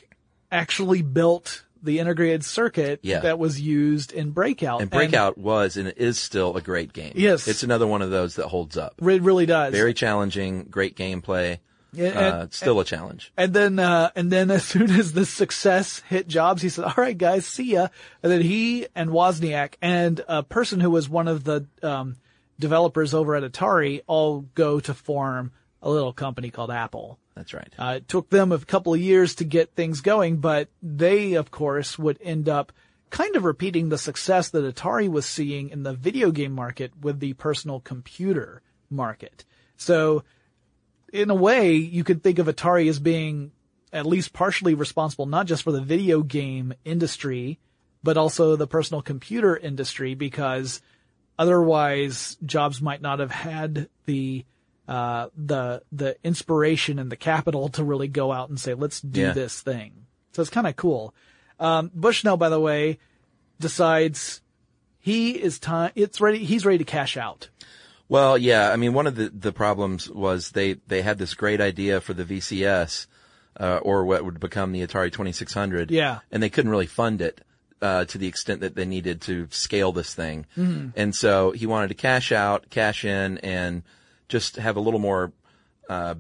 [SPEAKER 2] actually built the integrated circuit
[SPEAKER 3] Yeah.
[SPEAKER 2] that was used in Breakout.
[SPEAKER 3] and Breakout was and is still a great game.
[SPEAKER 2] Yes.
[SPEAKER 3] It's another one of those that holds up.
[SPEAKER 2] it really does.
[SPEAKER 3] Very challenging, great gameplay.
[SPEAKER 2] Yeah, and-
[SPEAKER 3] uh, it's still a challenge.
[SPEAKER 2] and then, uh, and then as soon as the success hit Jobs, he said, all right, guys, see ya. And then he and Wozniak and a person who was one of the, um, developers over at Atari all go to form a little company called Apple.
[SPEAKER 3] That's right.
[SPEAKER 2] Uh, it took them a couple of years to get things going, but they, of course, would end up kind of repeating the success that Atari was seeing in the video game market with the personal computer market. So, in a way, you could think of Atari as being at least partially responsible, not just for the video game industry, but also the personal computer industry, because otherwise Jobs might not have had the uh, the the inspiration and the capital to really go out and say, let's do
[SPEAKER 3] Yeah.
[SPEAKER 2] this thing. So it's kind of cool. Um, Bushnell, by the way, decides he is time. It's ready. He's ready to cash out.
[SPEAKER 3] Well, yeah. I mean, one of the, the problems was they, they had this great idea for the VCS, uh, or what would become the Atari 2600.
[SPEAKER 2] Yeah.
[SPEAKER 3] And they couldn't really fund it, uh, to the extent that they needed to scale this thing. And so he wanted to cash out, cash in, and just have a little more, uh,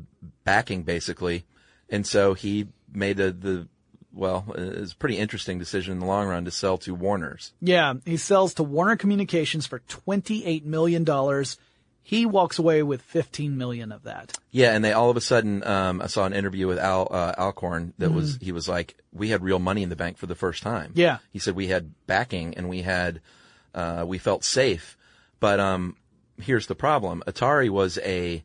[SPEAKER 3] backing basically. And so he made a, the, well, it's a pretty interesting decision in the long run to sell to Warner's.
[SPEAKER 2] Yeah, he sells to Warner Communications for $28 million. He walks away with 15 million of that.
[SPEAKER 3] Yeah, and they all of a sudden, um, I saw an interview with Al uh, Alcorn that was he was like, we had real money in the bank for the first time.
[SPEAKER 2] Mm-hmm. Yeah.
[SPEAKER 3] he said we had backing and we had, uh, we felt safe, but um, here's the problem: Atari was a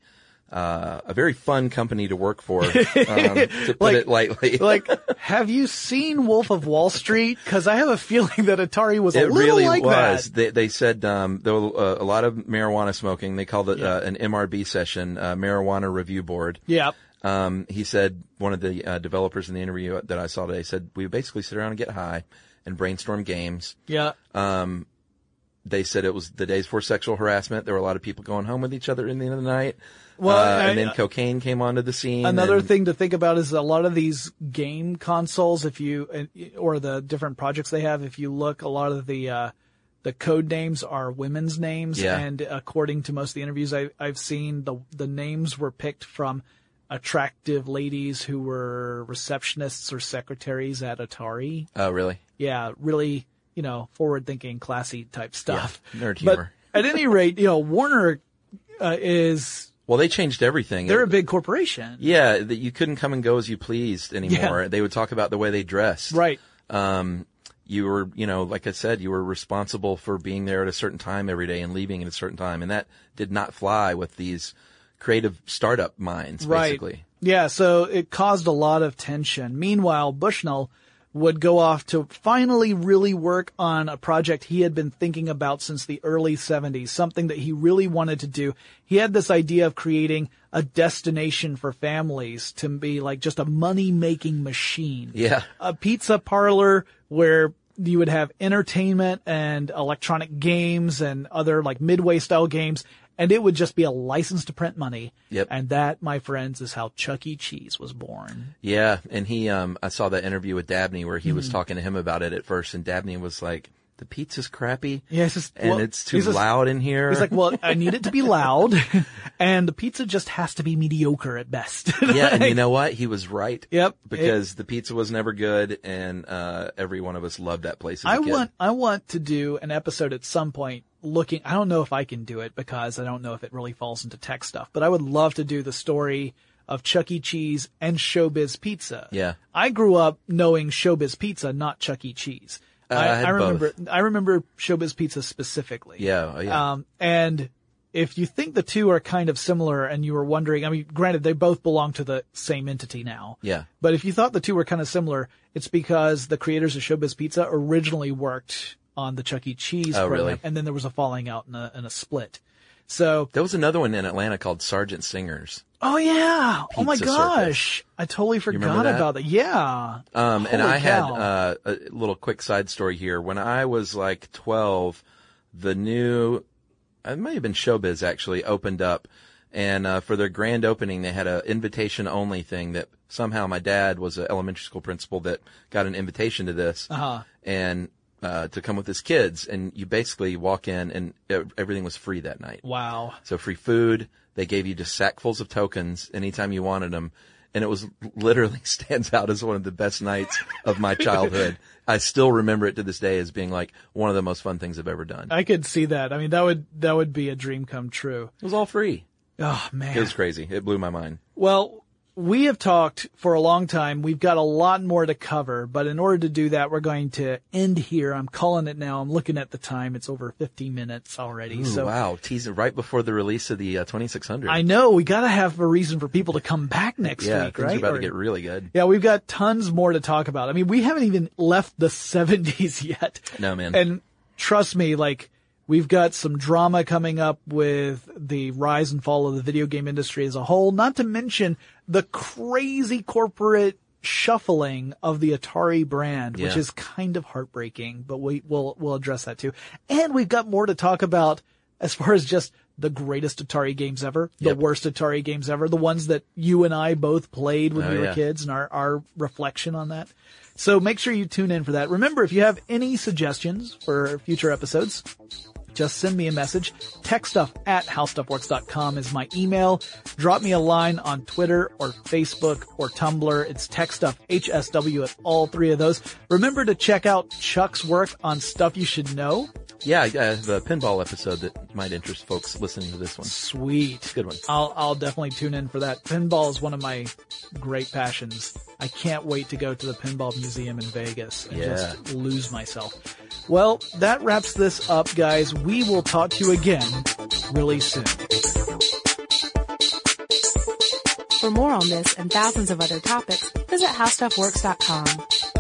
[SPEAKER 3] uh, a very fun company to work for, um, to put
[SPEAKER 2] Like-
[SPEAKER 3] it lightly.
[SPEAKER 2] Like, have you seen Wolf of Wall Street? Cause I have a feeling that Atari was a
[SPEAKER 3] it
[SPEAKER 2] little
[SPEAKER 3] really
[SPEAKER 2] like
[SPEAKER 3] was.
[SPEAKER 2] that.
[SPEAKER 3] They, they said um, there were uh, a lot of marijuana smoking. They called it uh, an MRB session, uh, Marijuana Review Board.
[SPEAKER 2] Yeah.
[SPEAKER 3] Um, he said one of the uh, developers in the interview that I saw today said we basically sit around and get high and brainstorm games.
[SPEAKER 2] Yeah.
[SPEAKER 3] They said it was the days before sexual harassment. There were a lot of people going home with each other in the end of the night.
[SPEAKER 2] Well,
[SPEAKER 3] Uh, and
[SPEAKER 2] I-
[SPEAKER 3] then cocaine came onto the scene.
[SPEAKER 2] Another
[SPEAKER 3] and-
[SPEAKER 2] thing to think about is a lot of these game consoles, if you, and- or the different projects they have, if you look, a lot of the, uh, the code names are women's names.
[SPEAKER 3] Yeah.
[SPEAKER 2] And according to most of the interviews I, I've seen, the, the names were picked from attractive ladies who were receptionists or secretaries at Atari.
[SPEAKER 3] Oh, really?
[SPEAKER 2] Yeah. Really, you know, forward thinking, classy type stuff.
[SPEAKER 3] Nerd
[SPEAKER 2] But
[SPEAKER 3] humor.
[SPEAKER 2] at any rate, you know, Warner, uh, is,
[SPEAKER 3] Well, they changed everything.
[SPEAKER 2] they're a big corporation.
[SPEAKER 3] yeah, that you couldn't come and go as you pleased anymore. They would talk about the way they dressed.
[SPEAKER 2] Right.
[SPEAKER 3] Um, you were, you know, like I said, you were responsible for being there at a certain time every day and leaving at a certain time, and that did not fly with these creative startup minds,
[SPEAKER 2] Right.
[SPEAKER 3] basically.
[SPEAKER 2] Yeah, so it caused a lot of tension. Meanwhile, Bushnell would go off to finally really work on a project he had been thinking about since the early 70s, something that he really wanted to do. He had this idea of creating a destination for families to be like just a money making machine
[SPEAKER 3] Yeah.
[SPEAKER 2] a pizza parlor where you would have entertainment and electronic games and other like midway style games and it would just be a license to print money.
[SPEAKER 3] Yep.
[SPEAKER 2] And that, my friends, is how Chuck E. Cheese was born.
[SPEAKER 3] Yeah, and he, um, I saw that interview with Dabney where he
[SPEAKER 2] Mm-hmm.
[SPEAKER 3] was talking to him about it at first, and Dabney was like, "The pizza's crappy,
[SPEAKER 2] Yeah, it's just-
[SPEAKER 3] and
[SPEAKER 2] well,
[SPEAKER 3] it's too
[SPEAKER 2] he's just-
[SPEAKER 3] loud in here."
[SPEAKER 2] He's like, well, I need it to be loud and the pizza just has to be mediocre at best.
[SPEAKER 3] "Yeah," and you know what? He was right.
[SPEAKER 2] Yep.
[SPEAKER 3] because the pizza was never good, and uh, every one of us loved that place. As a
[SPEAKER 2] I
[SPEAKER 3] kid.
[SPEAKER 2] want I want to do an episode at some point looking I don't know if I can do it because I don't know if it really falls into tech stuff, but I would love to do the story of Chuck E. Cheese and Showbiz Pizza.
[SPEAKER 3] Yeah.
[SPEAKER 2] I grew up knowing Showbiz Pizza, not Chuck E. Cheese.
[SPEAKER 3] Uh, I had
[SPEAKER 2] remember I remember Showbiz Pizza specifically.
[SPEAKER 3] Yeah, oh, yeah.
[SPEAKER 2] Um and if you think the two are kind of similar and you were wondering, I mean, granted, they both belong to the same entity now.
[SPEAKER 3] Yeah.
[SPEAKER 2] But if you thought the two were kind of similar, it's because the creators of Showbiz Pizza originally worked on the Chuck E. Cheese
[SPEAKER 3] Oh,
[SPEAKER 2] program,
[SPEAKER 3] really?
[SPEAKER 2] and then there was a falling out and a, and a split. So,
[SPEAKER 3] There was another one in Atlanta called Sergeant Singers.
[SPEAKER 2] oh yeah, oh my
[SPEAKER 3] Pizza
[SPEAKER 2] gosh, I totally forgot
[SPEAKER 3] that?
[SPEAKER 2] about that. Yeah,
[SPEAKER 3] Um, and
[SPEAKER 2] Holy cow.
[SPEAKER 3] I had uh, a little quick side story here. When I was like 12, the new, uh, it may have been Showbiz actually, opened up. And uh, for their grand opening, they had an invitation only thing that somehow my dad was an elementary school principal that got an invitation to this
[SPEAKER 2] Uh-huh.
[SPEAKER 3] and uh, to come with his kids. And you basically walk in and e- everything was free that night.
[SPEAKER 2] wow.
[SPEAKER 3] So free food. They gave you just sackfuls of tokens anytime you wanted them. And it was literally stands out as one of the best nights of my childhood. I still remember it to this day as being like one of the most fun things I've ever done. It
[SPEAKER 2] I could see that. I mean, that would that would be a dream come true.
[SPEAKER 3] was all free.
[SPEAKER 2] Oh man,
[SPEAKER 3] It was crazy. It blew my mind.
[SPEAKER 2] Well, we have talked for a long time. We've got a lot more to cover, but in order to do that, we're going to end here. I'm calling it now. I'm looking at the time. It's over 50 minutes already.
[SPEAKER 3] Ooh,
[SPEAKER 2] so
[SPEAKER 3] wow. Teasing right before the release of the uh, 2600.
[SPEAKER 2] I know we got to have a reason for people to come back next
[SPEAKER 3] yeah,
[SPEAKER 2] week,
[SPEAKER 3] things
[SPEAKER 2] right?
[SPEAKER 3] are about
[SPEAKER 2] Or-
[SPEAKER 3] to get really good.
[SPEAKER 2] yeah, we've got tons more to talk about. I mean, we haven't even left the 70s yet.
[SPEAKER 3] No, man.
[SPEAKER 2] And trust me, like, we've got some drama coming up with the rise and fall of the video game industry as a whole, not to mention the crazy corporate shuffling of the Atari brand, which
[SPEAKER 3] Yeah.
[SPEAKER 2] is kind of heartbreaking, but we, we'll, we'll address that too. And we've got more to talk about as far as just the greatest Atari games ever, the
[SPEAKER 3] Yep.
[SPEAKER 2] worst Atari games ever, the ones that you and I both played when
[SPEAKER 3] Oh,
[SPEAKER 2] we were
[SPEAKER 3] yeah.
[SPEAKER 2] kids and our, our reflection on that. So make sure you tune in for that. Remember, if you have any suggestions for future episodes, just send me a message. Techstuff at howstuffworks.com is my email. Drop me a line on Twitter or Facebook or Tumblr. It's techstuff, HSW at all three of those. Remember to check out Chuck's work on Stuff You Should Know.
[SPEAKER 3] Yeah, yeah, the pinball episode that might interest folks listening to this one.
[SPEAKER 2] Sweet.
[SPEAKER 3] Good one.
[SPEAKER 2] I'll, I'll definitely tune in for that. Pinball is one of my great passions. I can't wait to go to the Pinball Museum in Vegas and
[SPEAKER 3] Yeah.
[SPEAKER 2] just lose myself. Well, that wraps this up, guys. We will talk to you again really soon.
[SPEAKER 1] For more on this and thousands of other topics, visit howstuffworks.com.